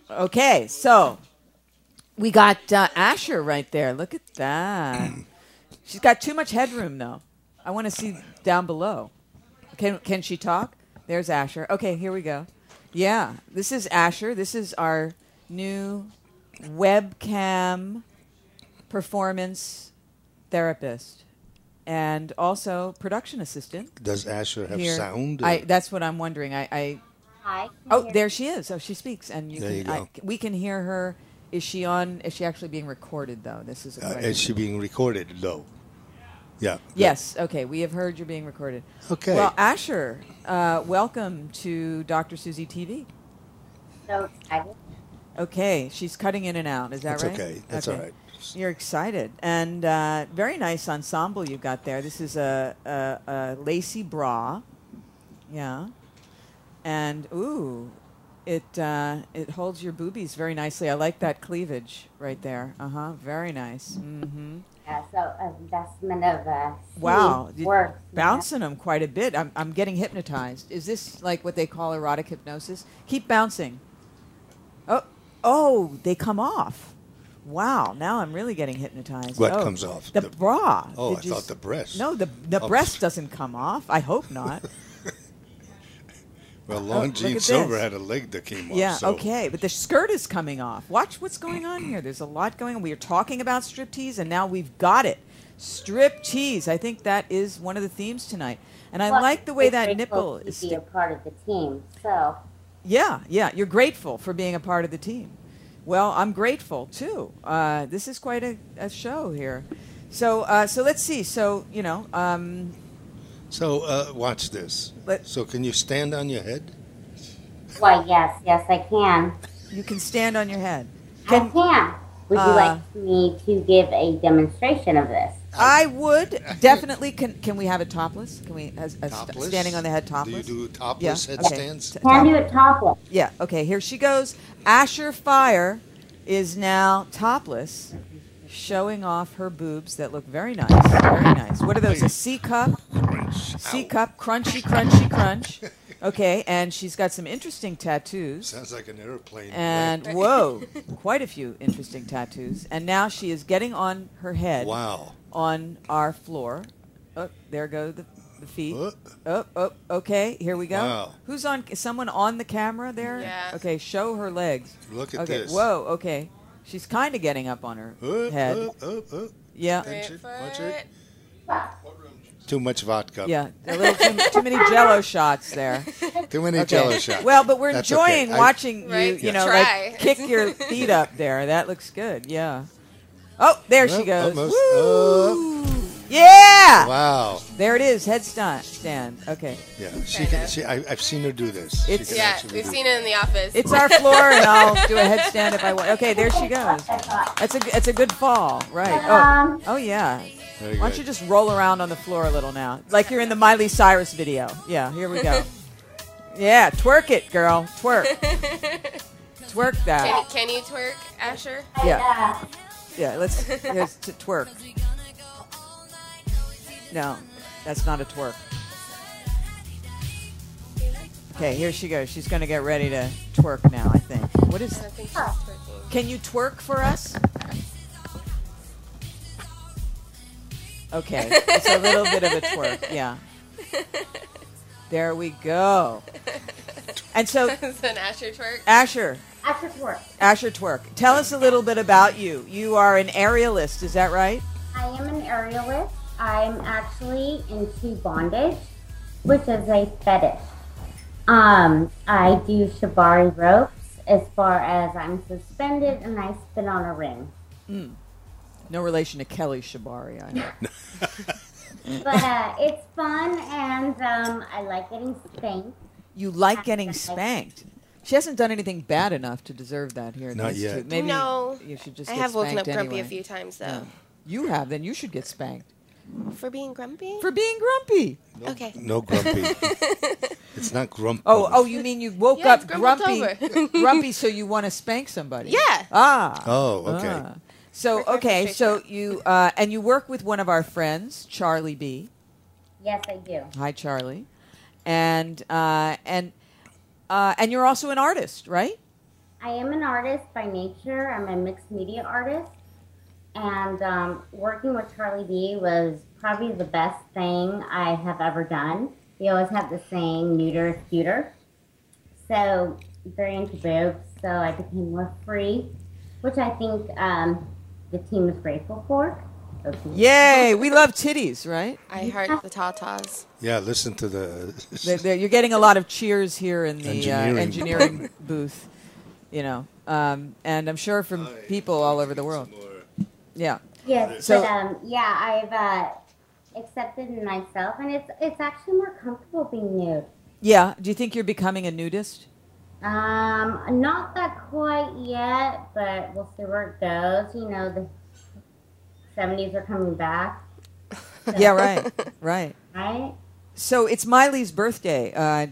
S8: Okay, so we got uh, Asher right there. Look at that. She's got too much headroom, though. I want to see down below. Can can she talk? There's Asher. Okay, here we go. Yeah, this is Asher. This is our new
S6: webcam performance therapist and also production assistant.
S2: Does Asher have
S6: here.
S2: sound, or-
S6: I, that's what I'm wondering. I. I
S8: Hi.
S6: Oh, there she is. Oh, she speaks, and you
S2: There
S6: can.
S2: you
S6: I-
S2: go.
S6: we can hear her. Is she on? Is she actually being recorded though? This is a
S2: Uh,
S6: question.
S2: is she being recorded though? Yeah.
S6: Yes. Okay. We have heard you're being recorded.
S2: Okay.
S6: Well, Asher, uh, welcome to Dr. Susie TV.
S8: So excited.
S6: Okay, she's cutting in and out. Is that
S2: That's
S6: right?
S2: okay. That's all right.
S6: You're excited, and uh, very nice ensemble you got there. This is a, a, a lacy bra, yeah, and ooh, it uh, it holds your boobies very nicely. I like that cleavage right there. Uh huh. Very nice. Mm-hmm.
S8: Yeah, so investment of uh,
S6: Wow,
S8: sleep
S6: you-
S8: works.
S6: bouncing them quite a bit. I'm, I'm getting hypnotized. Is this like what they call erotic hypnosis? Keep bouncing. Oh, oh, they come off. Wow, now I'm really getting hypnotized.
S2: What
S6: Oh,
S2: comes off?
S6: The,
S2: The-
S6: bra.
S2: Oh,
S6: Did
S2: I
S6: you
S2: thought
S6: s-
S2: the breast.
S6: No, the the
S2: Oh.
S6: breast doesn't come off. I hope not.
S2: Well,
S6: look
S2: Long
S6: at
S2: Jean
S6: this.
S2: Silver had a leg that came off.
S6: yeah,
S2: so
S6: okay, but the skirt is coming off. Watch what's going on here. There's a lot going on. We are talking about striptease, and now we've got it. Striptease. I think that is one of the themes tonight, and I
S8: Well,
S6: like the way
S8: we're
S6: that
S8: grateful
S6: nipple
S8: to
S6: is.
S8: be a part of the team. So
S6: Yeah, yeah. You're grateful for being a part of the team. Well, I'm grateful too. Uh, this is quite a, a show here. So, uh, so let's see. So, you know, um,
S2: So uh, watch this. so can you stand on your head?
S8: why yes, yes I can.
S6: You can stand on your head.
S8: I can. Would you
S6: Uh,
S8: like me to give a demonstration of this?
S6: I would definitely. Can can we have it topless? Can we as, as st-
S2: Topless?
S6: standing on the head
S2: Do you
S6: topless?
S2: do topless headstands?
S6: T-
S8: Can
S6: top-
S8: do it topless.
S6: Yeah. Okay. Here she goes. Asher Fire is now topless, showing off her boobs that look very nice. Very nice. What are those? A C cup. C cup. Crunchy, crunchy, crunch. Okay. And she's got some interesting tattoos.
S2: Sounds like an airplane.
S6: And
S2: Right.
S6: whoa, quite a few interesting tattoos. And now she is getting on her head.
S2: Wow.
S6: On our floor. Oh, there go the, the feet. Oh, oh, okay. Here we go.
S2: Wow.
S6: Who's on? Is someone on the camera there?
S2: Yeah.
S6: Okay, show her legs.
S2: Look at
S6: okay,
S2: this.
S6: Whoa. Okay. She's kind of getting up on her
S2: Up,
S6: head.
S2: up, up, up.
S6: Yeah.
S2: Attention, watch it. Too much vodka.
S6: Yeah, a little too, too many Jello shots there.
S2: Too many Jell-O shots.
S6: Well, but we're
S2: That's
S6: enjoying
S2: okay. I-
S6: watching you.
S2: Right,
S6: You know,
S2: try.
S6: like kick your feet up there. That looks good. Yeah. Oh, there she
S2: Well,
S6: goes.
S2: almost. uh,
S6: Woo! Yeah.
S2: Wow.
S6: There it is. Head stand. Stand. Okay.
S2: Yeah, she can, she, I, I've seen her do this. She
S6: It's-
S2: can
S12: Yeah,
S2: actually
S12: we've
S2: do
S12: seen it in the office.
S6: It's our floor, and I'll do a headstand if I want. Okay, there she goes. That's a that's a good fall, right? Oh, oh yeah.
S2: Very
S6: Why don't
S2: good.
S6: you just roll around on the floor a little now, like you're in the Miley Cyrus video? Yeah, here we go. Yeah, twerk it, girl, twerk, twerk
S12: Can,
S6: that.
S12: can you twerk, Asher?
S6: Yeah, yeah. Let's here's to twerk. No, that's not a twerk. Okay, here she goes. She's gonna get ready to twerk now. I think. What is?
S12: I think she's twerking.
S6: Can you twerk for us? Okay, it's a little bit of a twerk. Yeah. There we go. And so,
S12: it's an Asher twerk.
S6: Asher,
S8: After work,
S6: Asher Twerk, tell us a little bit about you. You are an aerialist, is that right?
S8: I am an aerialist. I'm actually into bondage, which is a fetish. Um, I do shibari ropes as far as I'm suspended and I spin on a ring.
S6: Mm. No relation to Kelly Shibari, I know.
S8: But uh, it's fun and um, I like getting spanked.
S6: You like getting spanked. She hasn't done anything bad enough to deserve that here.
S2: Not
S6: That's
S2: yet.
S6: true. Maybe
S12: no,
S6: you should just
S12: I
S6: get
S12: have woken up
S6: spanked
S12: grumpy a
S6: anyway.
S12: few times though.
S6: Yeah. You have, then you should get spanked.
S12: For being grumpy?
S6: For being grumpy.
S12: okay.
S2: No grumpy. it's not grumpy.
S6: Oh, oh, you mean you woke
S12: Yeah,
S6: up
S12: it's
S6: grumpy,
S12: grumbled
S6: grumpy, so you want to spank somebody?
S12: Yeah.
S6: Ah.
S2: Oh, okay.
S6: Ah. So okay, so you uh, and you work with one of our friends, Charlie B.
S8: Yes, I do.
S6: Hi, Charlie, and uh, and uh, and you're also an artist, right?
S8: I am an artist by nature. I'm a mixed media artist. And um, working with Charlie B was probably the best thing I have ever done. We always have the saying, neuter is cuter. So, very into boobs, so I became more free. which I think um, the team is grateful for.
S6: Yay! We love titties, right?
S12: I heart the tatas.
S2: Yeah, listen to the
S6: They're- they're- you're getting a lot of cheers here in the
S2: Engineering.
S6: Uh, engineering booth, you know, um, and I'm sure from people all over the world. Yeah.
S8: Yes,
S6: So
S8: but um, yeah, I've uh, accepted myself, and it's it's actually more comfortable being nude.
S6: yeah, do you think you're becoming a nudist?
S8: Um, not that quite yet, but we'll see where it goes. You know, the seventies are coming back. So-
S6: yeah, right, right.
S8: Right.
S6: So it's Miley's birthday. Uh,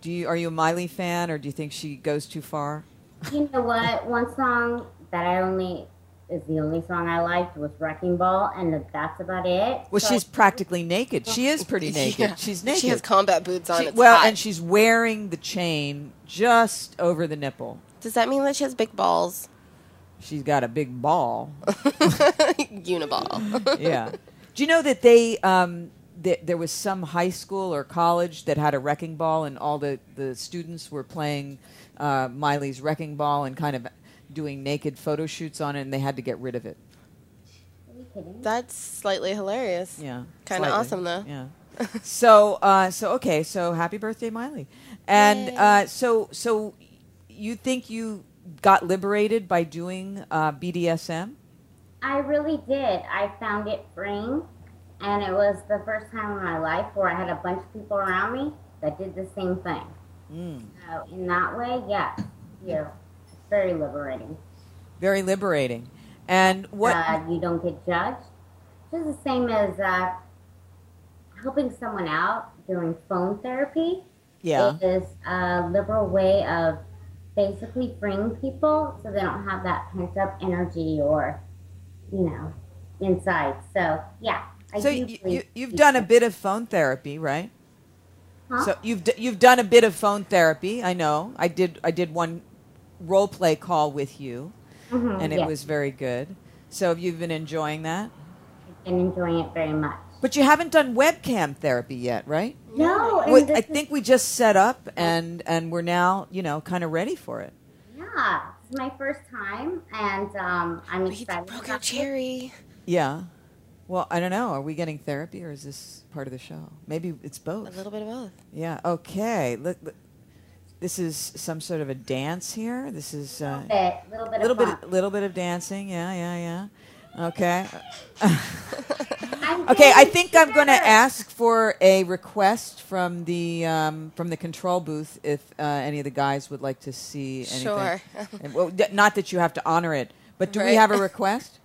S6: do you are you a Miley fan, or do you think she goes too far?
S8: You know what? One song that I only is the only song I liked was "Wrecking Ball," and that's about it.
S6: Well,
S8: So-
S6: she's practically naked. She is pretty naked.
S12: Yeah.
S6: She's
S12: She
S6: naked.
S12: has combat boots on,
S6: She-
S12: it's
S6: well,
S12: hot.
S6: and she's wearing the chain just over the nipple.
S12: Does that mean that she has big balls?
S6: She's got a big ball.
S12: Uniball.
S6: yeah. Do you know that they um, th- there was some high school or college that had a wrecking ball, and all the the students were playing uh, Miley's wrecking ball and kind of doing naked photo shoots on it, and they had to get rid of it.
S12: That's slightly hilarious.
S6: Yeah.
S12: Kind of
S6: slightly.
S12: awesome though.
S6: Yeah. so uh, so okay. So happy birthday, Miley. And uh, so so you think you got liberated by doing uh, BDSM?
S8: I really did. I found it freeing, and it was the first time in my life where I had a bunch of people around me that did the same thing. So in that way, yeah, yeah, it's very liberating.
S6: Very liberating. And what?
S8: Uh, you don't get judged. Just the same as uh, helping someone out during phone therapy.
S6: Yeah.
S8: is a liberal way of basically freeing people so they don't have that pent up energy or, you know, inside. So yeah, I
S6: so
S8: do
S6: you, you,
S8: believe-
S6: you've done a bit of phone therapy, right?
S8: Huh?
S6: So you've d- you've done a bit of phone therapy. I know. I did. I did one role play call with you,
S8: Mhm,
S6: and it
S8: yeah.
S6: was very good. So have you been enjoying that?
S8: I've been enjoying it very much.
S6: But you haven't done webcam therapy yet, right?
S8: No, and
S6: Well,
S8: this
S6: I
S8: is-
S6: think we just set up, and and we're now you know kind of ready for it.
S8: Yeah, this is my first time, and um, I'm excited. Broke out
S12: cherry.
S6: Yeah. Well, I don't know. Are we getting therapy, or is this part of the show? Maybe it's both.
S12: A little bit of both.
S6: Yeah. Okay. Look, look. this is some sort of a dance here. This is uh,
S8: bit, little bit of
S6: little bit,
S8: funk.
S6: little bit of dancing. Yeah, yeah, yeah. Okay.
S8: I'm
S6: okay. I
S8: getting
S6: think I'm going to
S8: better.
S6: ask for a request from the um, from the control booth if uh, any of the guys would like to see anything.
S12: Sure.
S6: And, well, d- not that you have to honor it, but do we
S12: Right.
S6: have a request?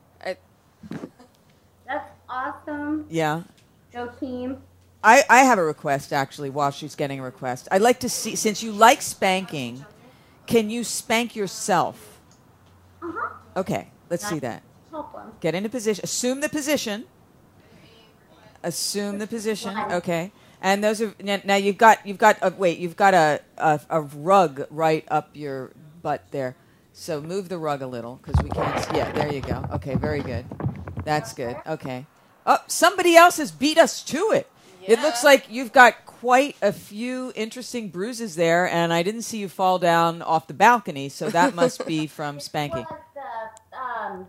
S8: That's awesome.
S6: Yeah.
S8: Go team.
S6: I, I have a request actually while she's getting a request. I'd like to see, since you like spanking, can you spank yourself?
S8: Uh huh.
S6: Okay, let's see that.
S8: Help them.
S6: Get into position. Assume the position. Assume the position. Okay. And those are now now you've got you've got a wait you've got a, a a rug right up your butt there, so move the rug a little because we can't. s- Yeah, there you go. Okay, very good. That's good. Okay. Oh, somebody else has beat us to it. It looks like you've got quite a few interesting bruises there, and I didn't see you fall down off the balcony, so that must be from spanking.
S8: Was the um,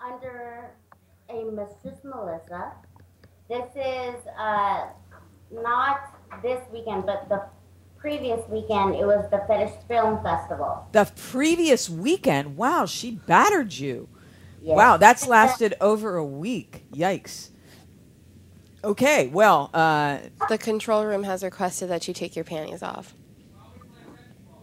S8: under a Mistress Melissa. This is uh, not this weekend, but the previous weekend. It was the Fetish Film Festival.
S6: the previous weekend. Wow, she battered you.
S8: Yeah.
S6: Wow, that's lasted over a week. Yikes. Okay, well, uh,
S12: The control room has requested that you take your panties off.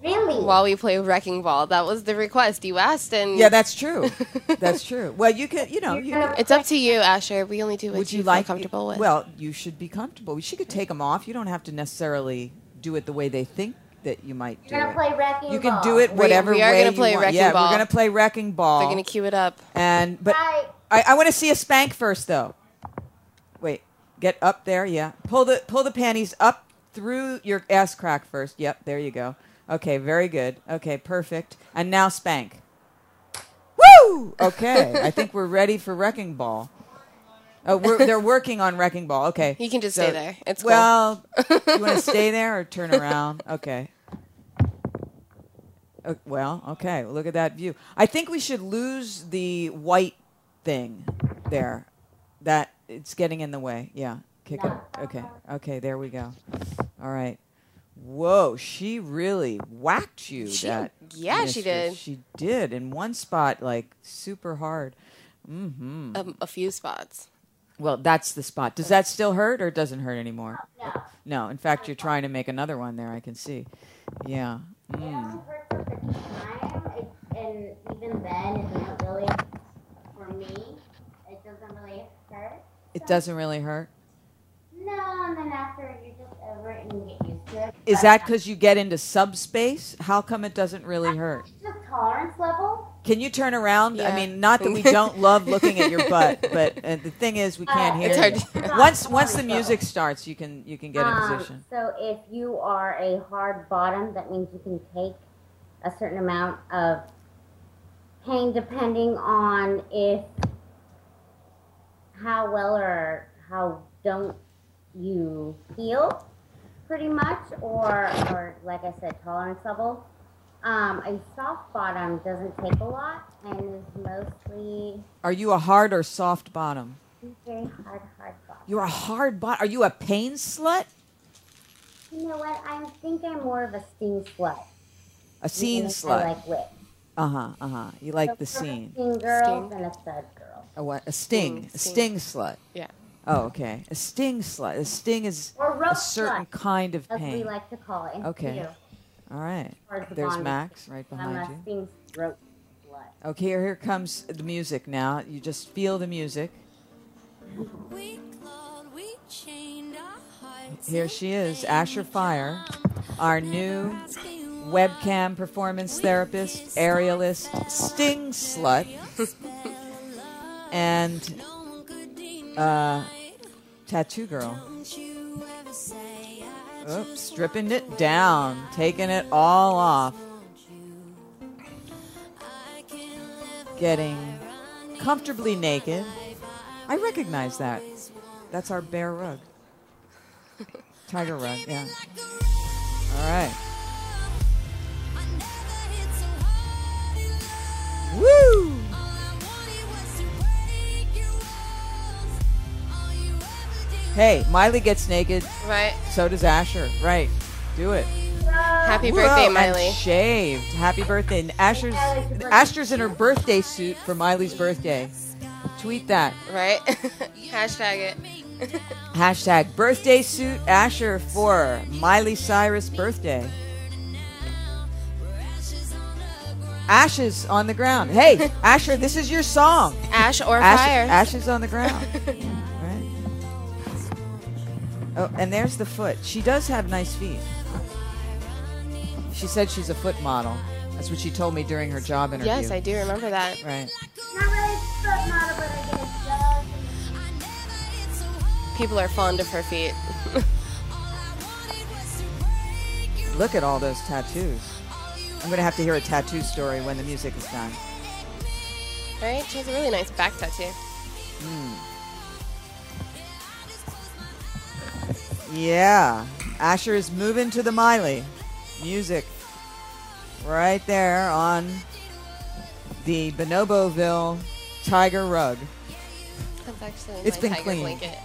S8: Really?
S12: While we play wrecking ball, that was the request you asked, and
S6: yeah, that's true. that's true. Well, you can, you know, you can,
S12: it's up to you, Asher. We only do what
S6: would
S12: you,
S6: you like
S12: feel comfortable with.
S6: Well, you should be comfortable. She could take them off. You don't have to necessarily do it the way they think that you might do
S8: You're gonna
S6: it.
S8: play wrecking
S6: you can
S8: ball.
S6: do it
S12: We-
S6: whatever
S12: we are
S6: way
S12: gonna
S6: you
S12: play
S6: want.
S12: wrecking
S6: yeah,
S12: ball.
S6: we're gonna play wrecking ball.
S12: They're gonna cue it up.
S6: And but
S8: Right.
S6: I, I want to see a spank first though. Wait, get up there. Yeah, pull the pull the panties up through your ass crack first. Yep, there you go. Okay, very good. Okay, perfect. And now spank. Woo! Okay, I think we're ready for wrecking ball. Oh, we're, they're working on wrecking ball. Okay,
S12: You can just stay there. It's cool.
S6: well. you want to stay there or turn around? Okay. Uh, well, okay. well, Look at that view. I think we should lose the white thing there. That it's getting in the way. Yeah. Kick it. Okay. Okay. There we go. All right. Whoa, she really whacked you.
S12: She-
S6: that
S12: yeah, she
S6: mistress.
S12: did.
S6: She did in one spot, like super hard. Mm-hmm.
S12: Um, a few spots.
S6: Well, that's the spot. Does that still hurt or it doesn't hurt anymore? No. No. In fact, you're trying to make another one there. I can see. Yeah. Mm.
S8: And even then, it doesn't really, for me, it doesn't really hurt.
S6: It doesn't really hurt.
S8: No, and then after you just over it and you get used to it.
S6: Is
S8: But
S6: that because you get into subspace? How come it doesn't really hurt?
S8: it's just tolerance level?
S6: Can you turn around? I
S8: Yeah.
S6: mean, not that we don't love looking at your butt, but uh, the thing is, we can't
S8: Uh,
S6: hear.
S8: it's hard
S6: you.
S8: to-
S6: Once once the music starts, you can you can get in
S8: Um,
S6: position.
S8: So if you are a hard bottom, that means you can take a certain amount of pain depending on if how well or how don't you heal pretty much or or like I said tolerance level. Um, a soft bottom doesn't take a lot and is mostly
S6: Are you a hard or soft bottom?
S8: very hard hard bottom.
S6: You're a hard bottom. Are you a pain slut?
S8: You know what? I think I'm more of a steam slut.
S6: A scene
S8: I
S6: slut.
S8: like wit.
S6: Uh huh. Uh huh. You
S8: So
S6: like the
S8: prefer
S6: scene.
S8: Sting girls and a stud girl.
S6: A what? A sting. A sting
S8: Sting.
S6: slut.
S8: Yeah.
S6: Oh, okay. A sting slut. A sting is
S8: Or
S6: a
S8: rope
S6: certain
S8: slut,
S6: kind of
S8: as
S6: pain.
S8: we like to call it.
S6: Okay.
S8: too.
S6: All right.
S8: Or the
S6: There's
S8: bondage.
S6: Max right behind
S8: I'm
S6: you.
S8: a sting rope slut.
S6: Okay, here, here comes the music now. You just feel the music.
S15: We clawed, we chained our hearts.
S6: Here she is, Asher Fire, our new webcam performance therapist, aerialist, sting slut, and uh, tattoo girl.
S15: Don't you ever say I
S6: Oops, stripping it down, taking it all off. Getting comfortably naked. I recognize that. That's our bear rug. Tiger rug, yeah. All right. Woo! Hey, Miley gets naked.
S12: Right.
S6: So does Asher. Right. Do it.
S12: Happy
S6: Whoa,
S12: birthday,
S6: and
S12: Miley.
S6: shaved. Happy birthday. And Asher's Asher's in her birthday suit for Miley's birthday. Tweet that.
S12: Right? Hashtag it.
S6: Hashtag birthday suit Asher for Miley Cyrus birthday. Ashes on the ground. Hey, Asher, this is your song.
S12: Ash or
S6: Ash-
S12: fire.
S6: Ashes on the ground. right. Oh, and there's the foot. She does have nice feet. She said she's a foot model. That's what she told me during her job interview.
S12: yes, I do remember that.
S6: Right.
S8: Not really a stud model, but I get a judge.
S12: People are fond of her feet.
S6: Look at all those tattoos. I'm gonna have to hear a tattoo story when the music is done.
S12: right? She has a really nice back tattoo.
S6: Mm. Yeah. Asher is moving to the Miley. Music. Right there on the Bonoboville Tiger Rug.
S12: That's actually
S6: It's
S12: my
S6: been
S12: tiger
S6: cleaned.
S12: blanket.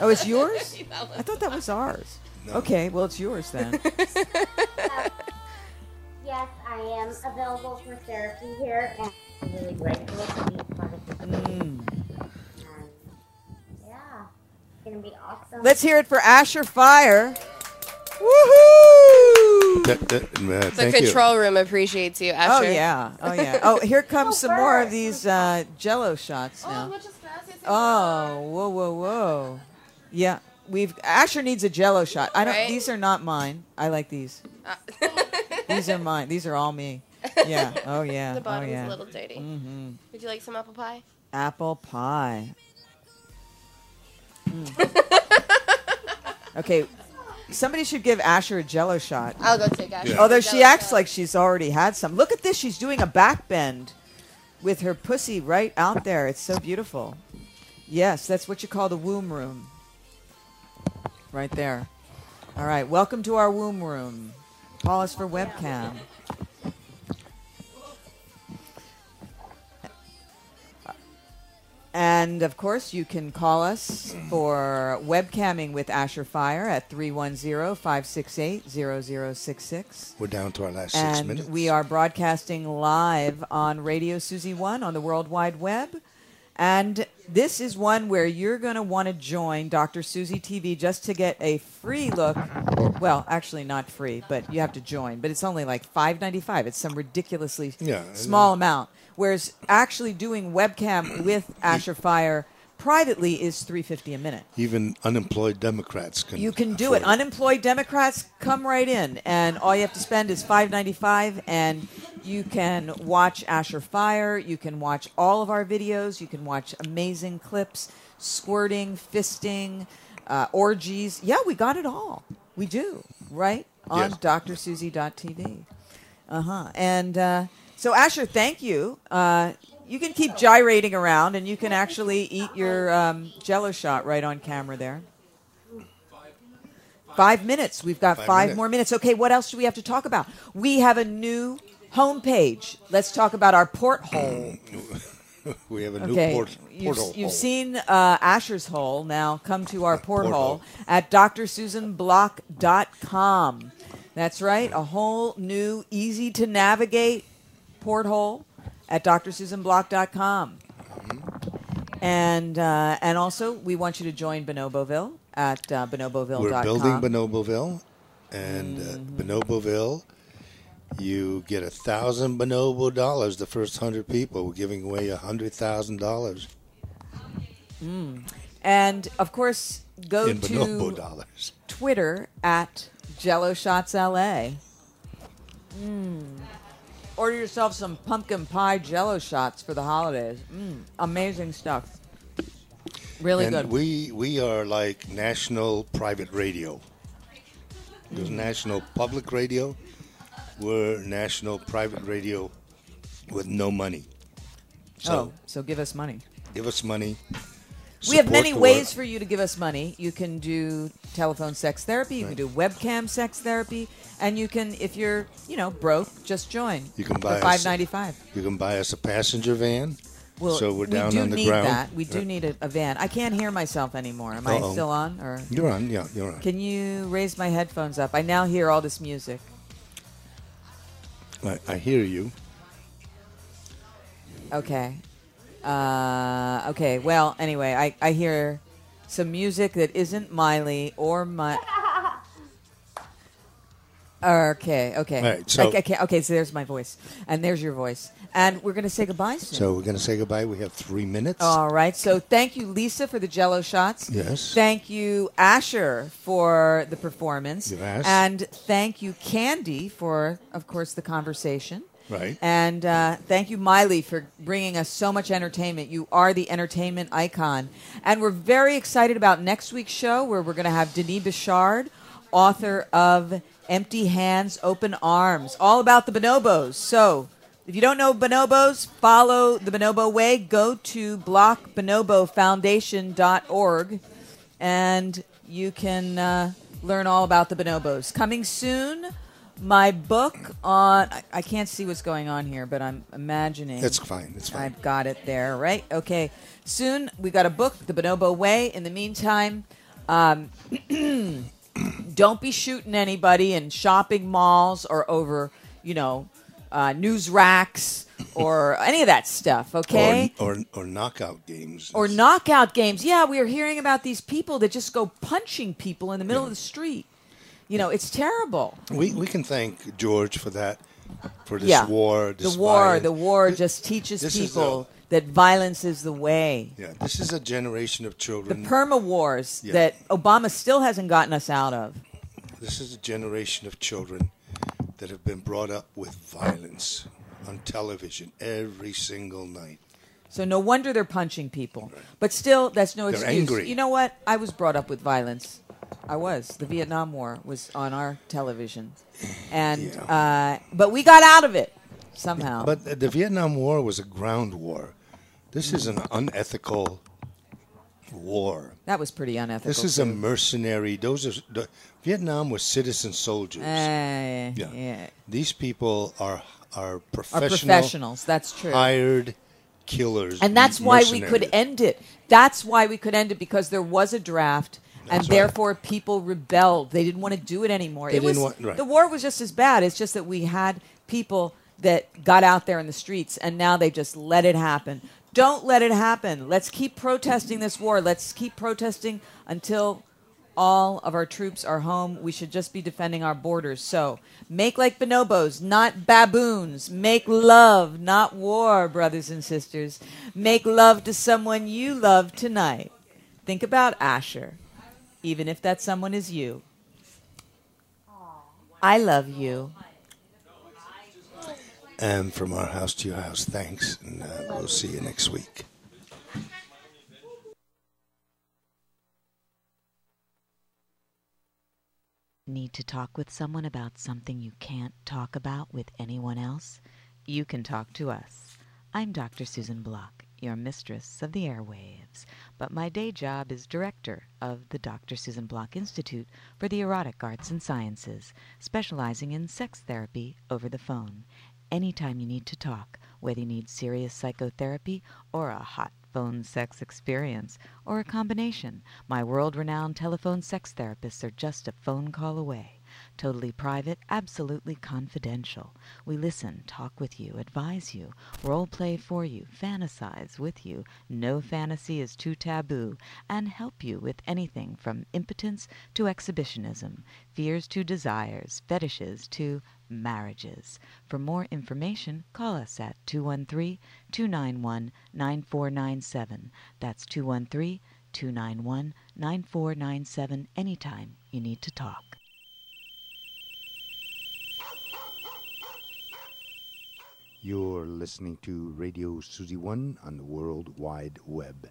S6: Oh, it's yours?
S12: That
S6: I thought that was ours. Okay, well, it's yours then.
S8: Yes, I am available for therapy here, and I'm really grateful to be a part of this. Um, yeah, it's gonna be awesome.
S6: Let's hear it for Asher Fire. Woohoo!
S2: That- that- uh,
S12: The
S2: thank you.
S12: control room appreciates you,
S6: Oh,
S12: Asher.
S6: yeah. Oh, yeah. Oh, here comes some more of these uh, jello
S12: Oh,
S6: shots now. Oh, whoa, whoa, whoa. Yeah. We've Asher needs a jello shot. I don't
S12: Right?
S6: these are not mine. I like these.
S12: Ah.
S6: these are mine. These are all me. Yeah. Oh yeah.
S12: The bottom's
S6: oh, yeah.
S12: a little dirty.
S6: hmm
S12: Would you like some apple pie?
S6: Apple pie. Okay. Somebody should give Asher a jello shot.
S12: I'll go take Asher.
S6: Although she
S12: Jello
S6: acts
S12: shot.
S6: like she's already had some. Look at this. She's doing a back bend with her pussy right out there. It's so beautiful. Yes, that's what you call the womb room. Right there. All right. Welcome to our womb room. Call us for webcam. And of course, you can call us for webcamming with Asher Fire at 310 568 0066.
S2: We're down to our last six
S6: And
S2: minutes.
S6: we are broadcasting live on Radio Suzy One on the World Wide Web. And this is one where you're going to want to join Dr. Susie TV just to get a free look. Well, actually, not free, but you have to join. But it's only like $5.95. It's some ridiculously
S2: Yeah, I
S6: small
S2: know.
S6: amount. Whereas actually doing webcam with Asher Fire privately is 350 a minute.
S2: Even unemployed Democrats can.
S6: You can do it. Unemployed Democrats come right in, and all you have to spend is five ninety five, and you can watch Asher Fire. You can watch all of our videos. You can watch amazing clips, squirting, fisting, uh, orgies. Yeah, we got it all. We do right on
S16: Yes.
S6: drsuzy.tv. Uh huh. And uh, so, Asher, thank you. Uh, you can keep gyrating around, and you can actually eat your um, Jello shot right on camera there. Five minutes. We've got
S16: Five
S6: five,
S16: minutes.
S6: more minutes. Okay, what else do we have to talk about? We have a new homepage. Let's talk about our porthole.
S2: we have a
S6: okay.
S2: new port,
S6: you've,
S2: portal.
S6: you've seen uh, Asher's hole. Now come to our porthole
S2: Porthole.
S6: at drsusanblock.com. That's right. A whole new, easy to navigate porthole at drsusanblock.com.
S2: Mm-hmm.
S6: And uh, and also, we want you to join Bonoboville at uh, bonoboville.com.
S2: We're building Bonoboville, and
S6: Mm-hmm.
S2: uh, Bonoboville, you get a thousand bonobo dollars. The first hundred people, we're giving away a hundred thousand dollars
S6: Mm. And of course, go
S2: in bonobo
S6: to
S2: dollars.
S6: Twitter at Jello Shots LA. Mm. Order yourself some pumpkin pie Jello shots for the holidays. Mm. Amazing stuff. Really
S2: and
S6: good.
S2: We we are like national private radio. There's national public radio. We're national private radio with no money. So
S6: oh, so give us money.
S2: give us money.
S6: We have
S2: Support
S6: many
S2: the
S6: ways
S2: work.
S6: for you to give us money. You can do telephone sex therapy. You
S2: Right.
S6: can do webcam sex therapy, and you can, if you're, you know, broke, just join.
S2: You can buy
S6: for
S2: us-
S6: five ninety five.
S2: You can buy us a passenger van.
S6: Well,
S2: so we're down
S6: we do
S2: on the
S6: need
S2: ground. Uh,
S6: that. We do need a, a van. I can't hear myself anymore. Am I
S2: Uh-oh.
S6: still on? Or
S2: You're on. Yeah, you're on.
S6: Can you raise my headphones up? I now hear all this music.
S2: I, I hear you.
S6: Okay. Uh, okay. Well, anyway, I, I hear some music that isn't Miley or my. Okay. Okay.
S2: All right, so-
S6: I, I can't- okay. So there's my voice, and there's your voice, and we're gonna say goodbye soon.
S2: So we're going to say goodbye. We have three minutes.
S6: All right. So thank you, Lisa, for the jello shots.
S2: Yes.
S6: Thank you, Asher, for the performance.
S2: Yes.
S6: And thank you, Candy, for, of course, the conversation.
S2: Right.
S6: And uh, thank you, Miley, for bringing us so much entertainment. You are the entertainment icon. And we're very excited about next week's show where we're going to have Denis Bichard, author of Empty Hands, Open Arms, all about the bonobos. So if you don't know bonobos, follow the bonobo way. Go to blockbonobofoundation.org and you can uh, learn all about the bonobos. Coming soon, my book on. I, I can't see what's going on here, but I'm imagining.
S2: It's fine, it's fine.
S6: I've got it there, right? Okay. Soon, we got a book, The Bonobo Way. In the meantime, um, don't be shooting anybody in shopping malls or over, you know, uh, news racks or any of that stuff, okay?
S2: Or, or or knockout games.
S6: or knockout games. Yeah, we are hearing about these people that just go punching people in the middle of the street. You know, it's terrible.
S2: We we can thank George for that, for this
S6: yeah,
S2: war. This
S6: the war,
S2: violence.
S6: the war just teaches
S2: this is
S6: people that violence is the way.
S2: Yeah, this is a generation of
S6: The
S2: children.
S6: perma wars
S2: Yeah.
S6: that Obama still hasn't gotten us out of.
S2: this is a generation of children that have been brought up with violence on television every single night.
S6: So no wonder they're punching people. But still, that's no
S2: They're
S6: excuse.
S2: angry.
S6: You know what? I was brought up with violence. I was. The Vietnam War was on our television, and uh, but we got out of it somehow.
S2: But the- the Vietnam War was a ground war. This is an unethical war.
S6: that was pretty unethical.
S2: This is
S6: too.
S2: a mercenary. Those are the, Vietnam was citizen soldiers.
S6: Eh,
S2: yeah.
S6: yeah.
S2: These people are are professional.
S6: professionals, that's true.
S2: Hired killers.
S6: And that's why we
S2: mercenaries.
S6: could end it. That's why we could end it because there was a draft, and
S2: That's right.
S6: therefore people rebelled. They didn't want to do it anymore.
S2: They
S6: it
S2: didn't
S6: was
S2: want- right.
S6: the war was just as bad. It's just that we had people that got out there in the streets, and now they just let it happen. Don't let it happen. Let's keep protesting this war. Let's keep protesting until all of our troops are home. We should just be defending our borders. So make like bonobos, not baboons. Make love, not war, brothers and sisters. Make love to someone you love tonight. Think about Asher, even if that someone is you. I love you.
S2: And from our house to your house, thanks, and uh, we'll see you next week.
S4: Need to talk with someone about something you can't talk about with anyone else? You can talk to us. I'm Dr. Susan Block, your mistress of the airwaves, but my day job is director of the Dr. Susan Block Institute for the Erotic Arts and Sciences, specializing in sex therapy over the phone. Anytime you need to talk, whether you need serious psychotherapy or a hot phone sex experience or a combination, my world renowned telephone sex therapists are just a phone call away. Totally private, absolutely confidential. We listen, talk with you, advise you, role play for you, fantasize with you. No fantasy is too taboo, and help you with anything from impotence to exhibitionism, fears to desires, fetishes to marriages. For more information, call us at 213 291 9497. That's 213 291 9497 anytime you need to talk.
S17: You're listening to Radio Suzy One on the World Wide Web.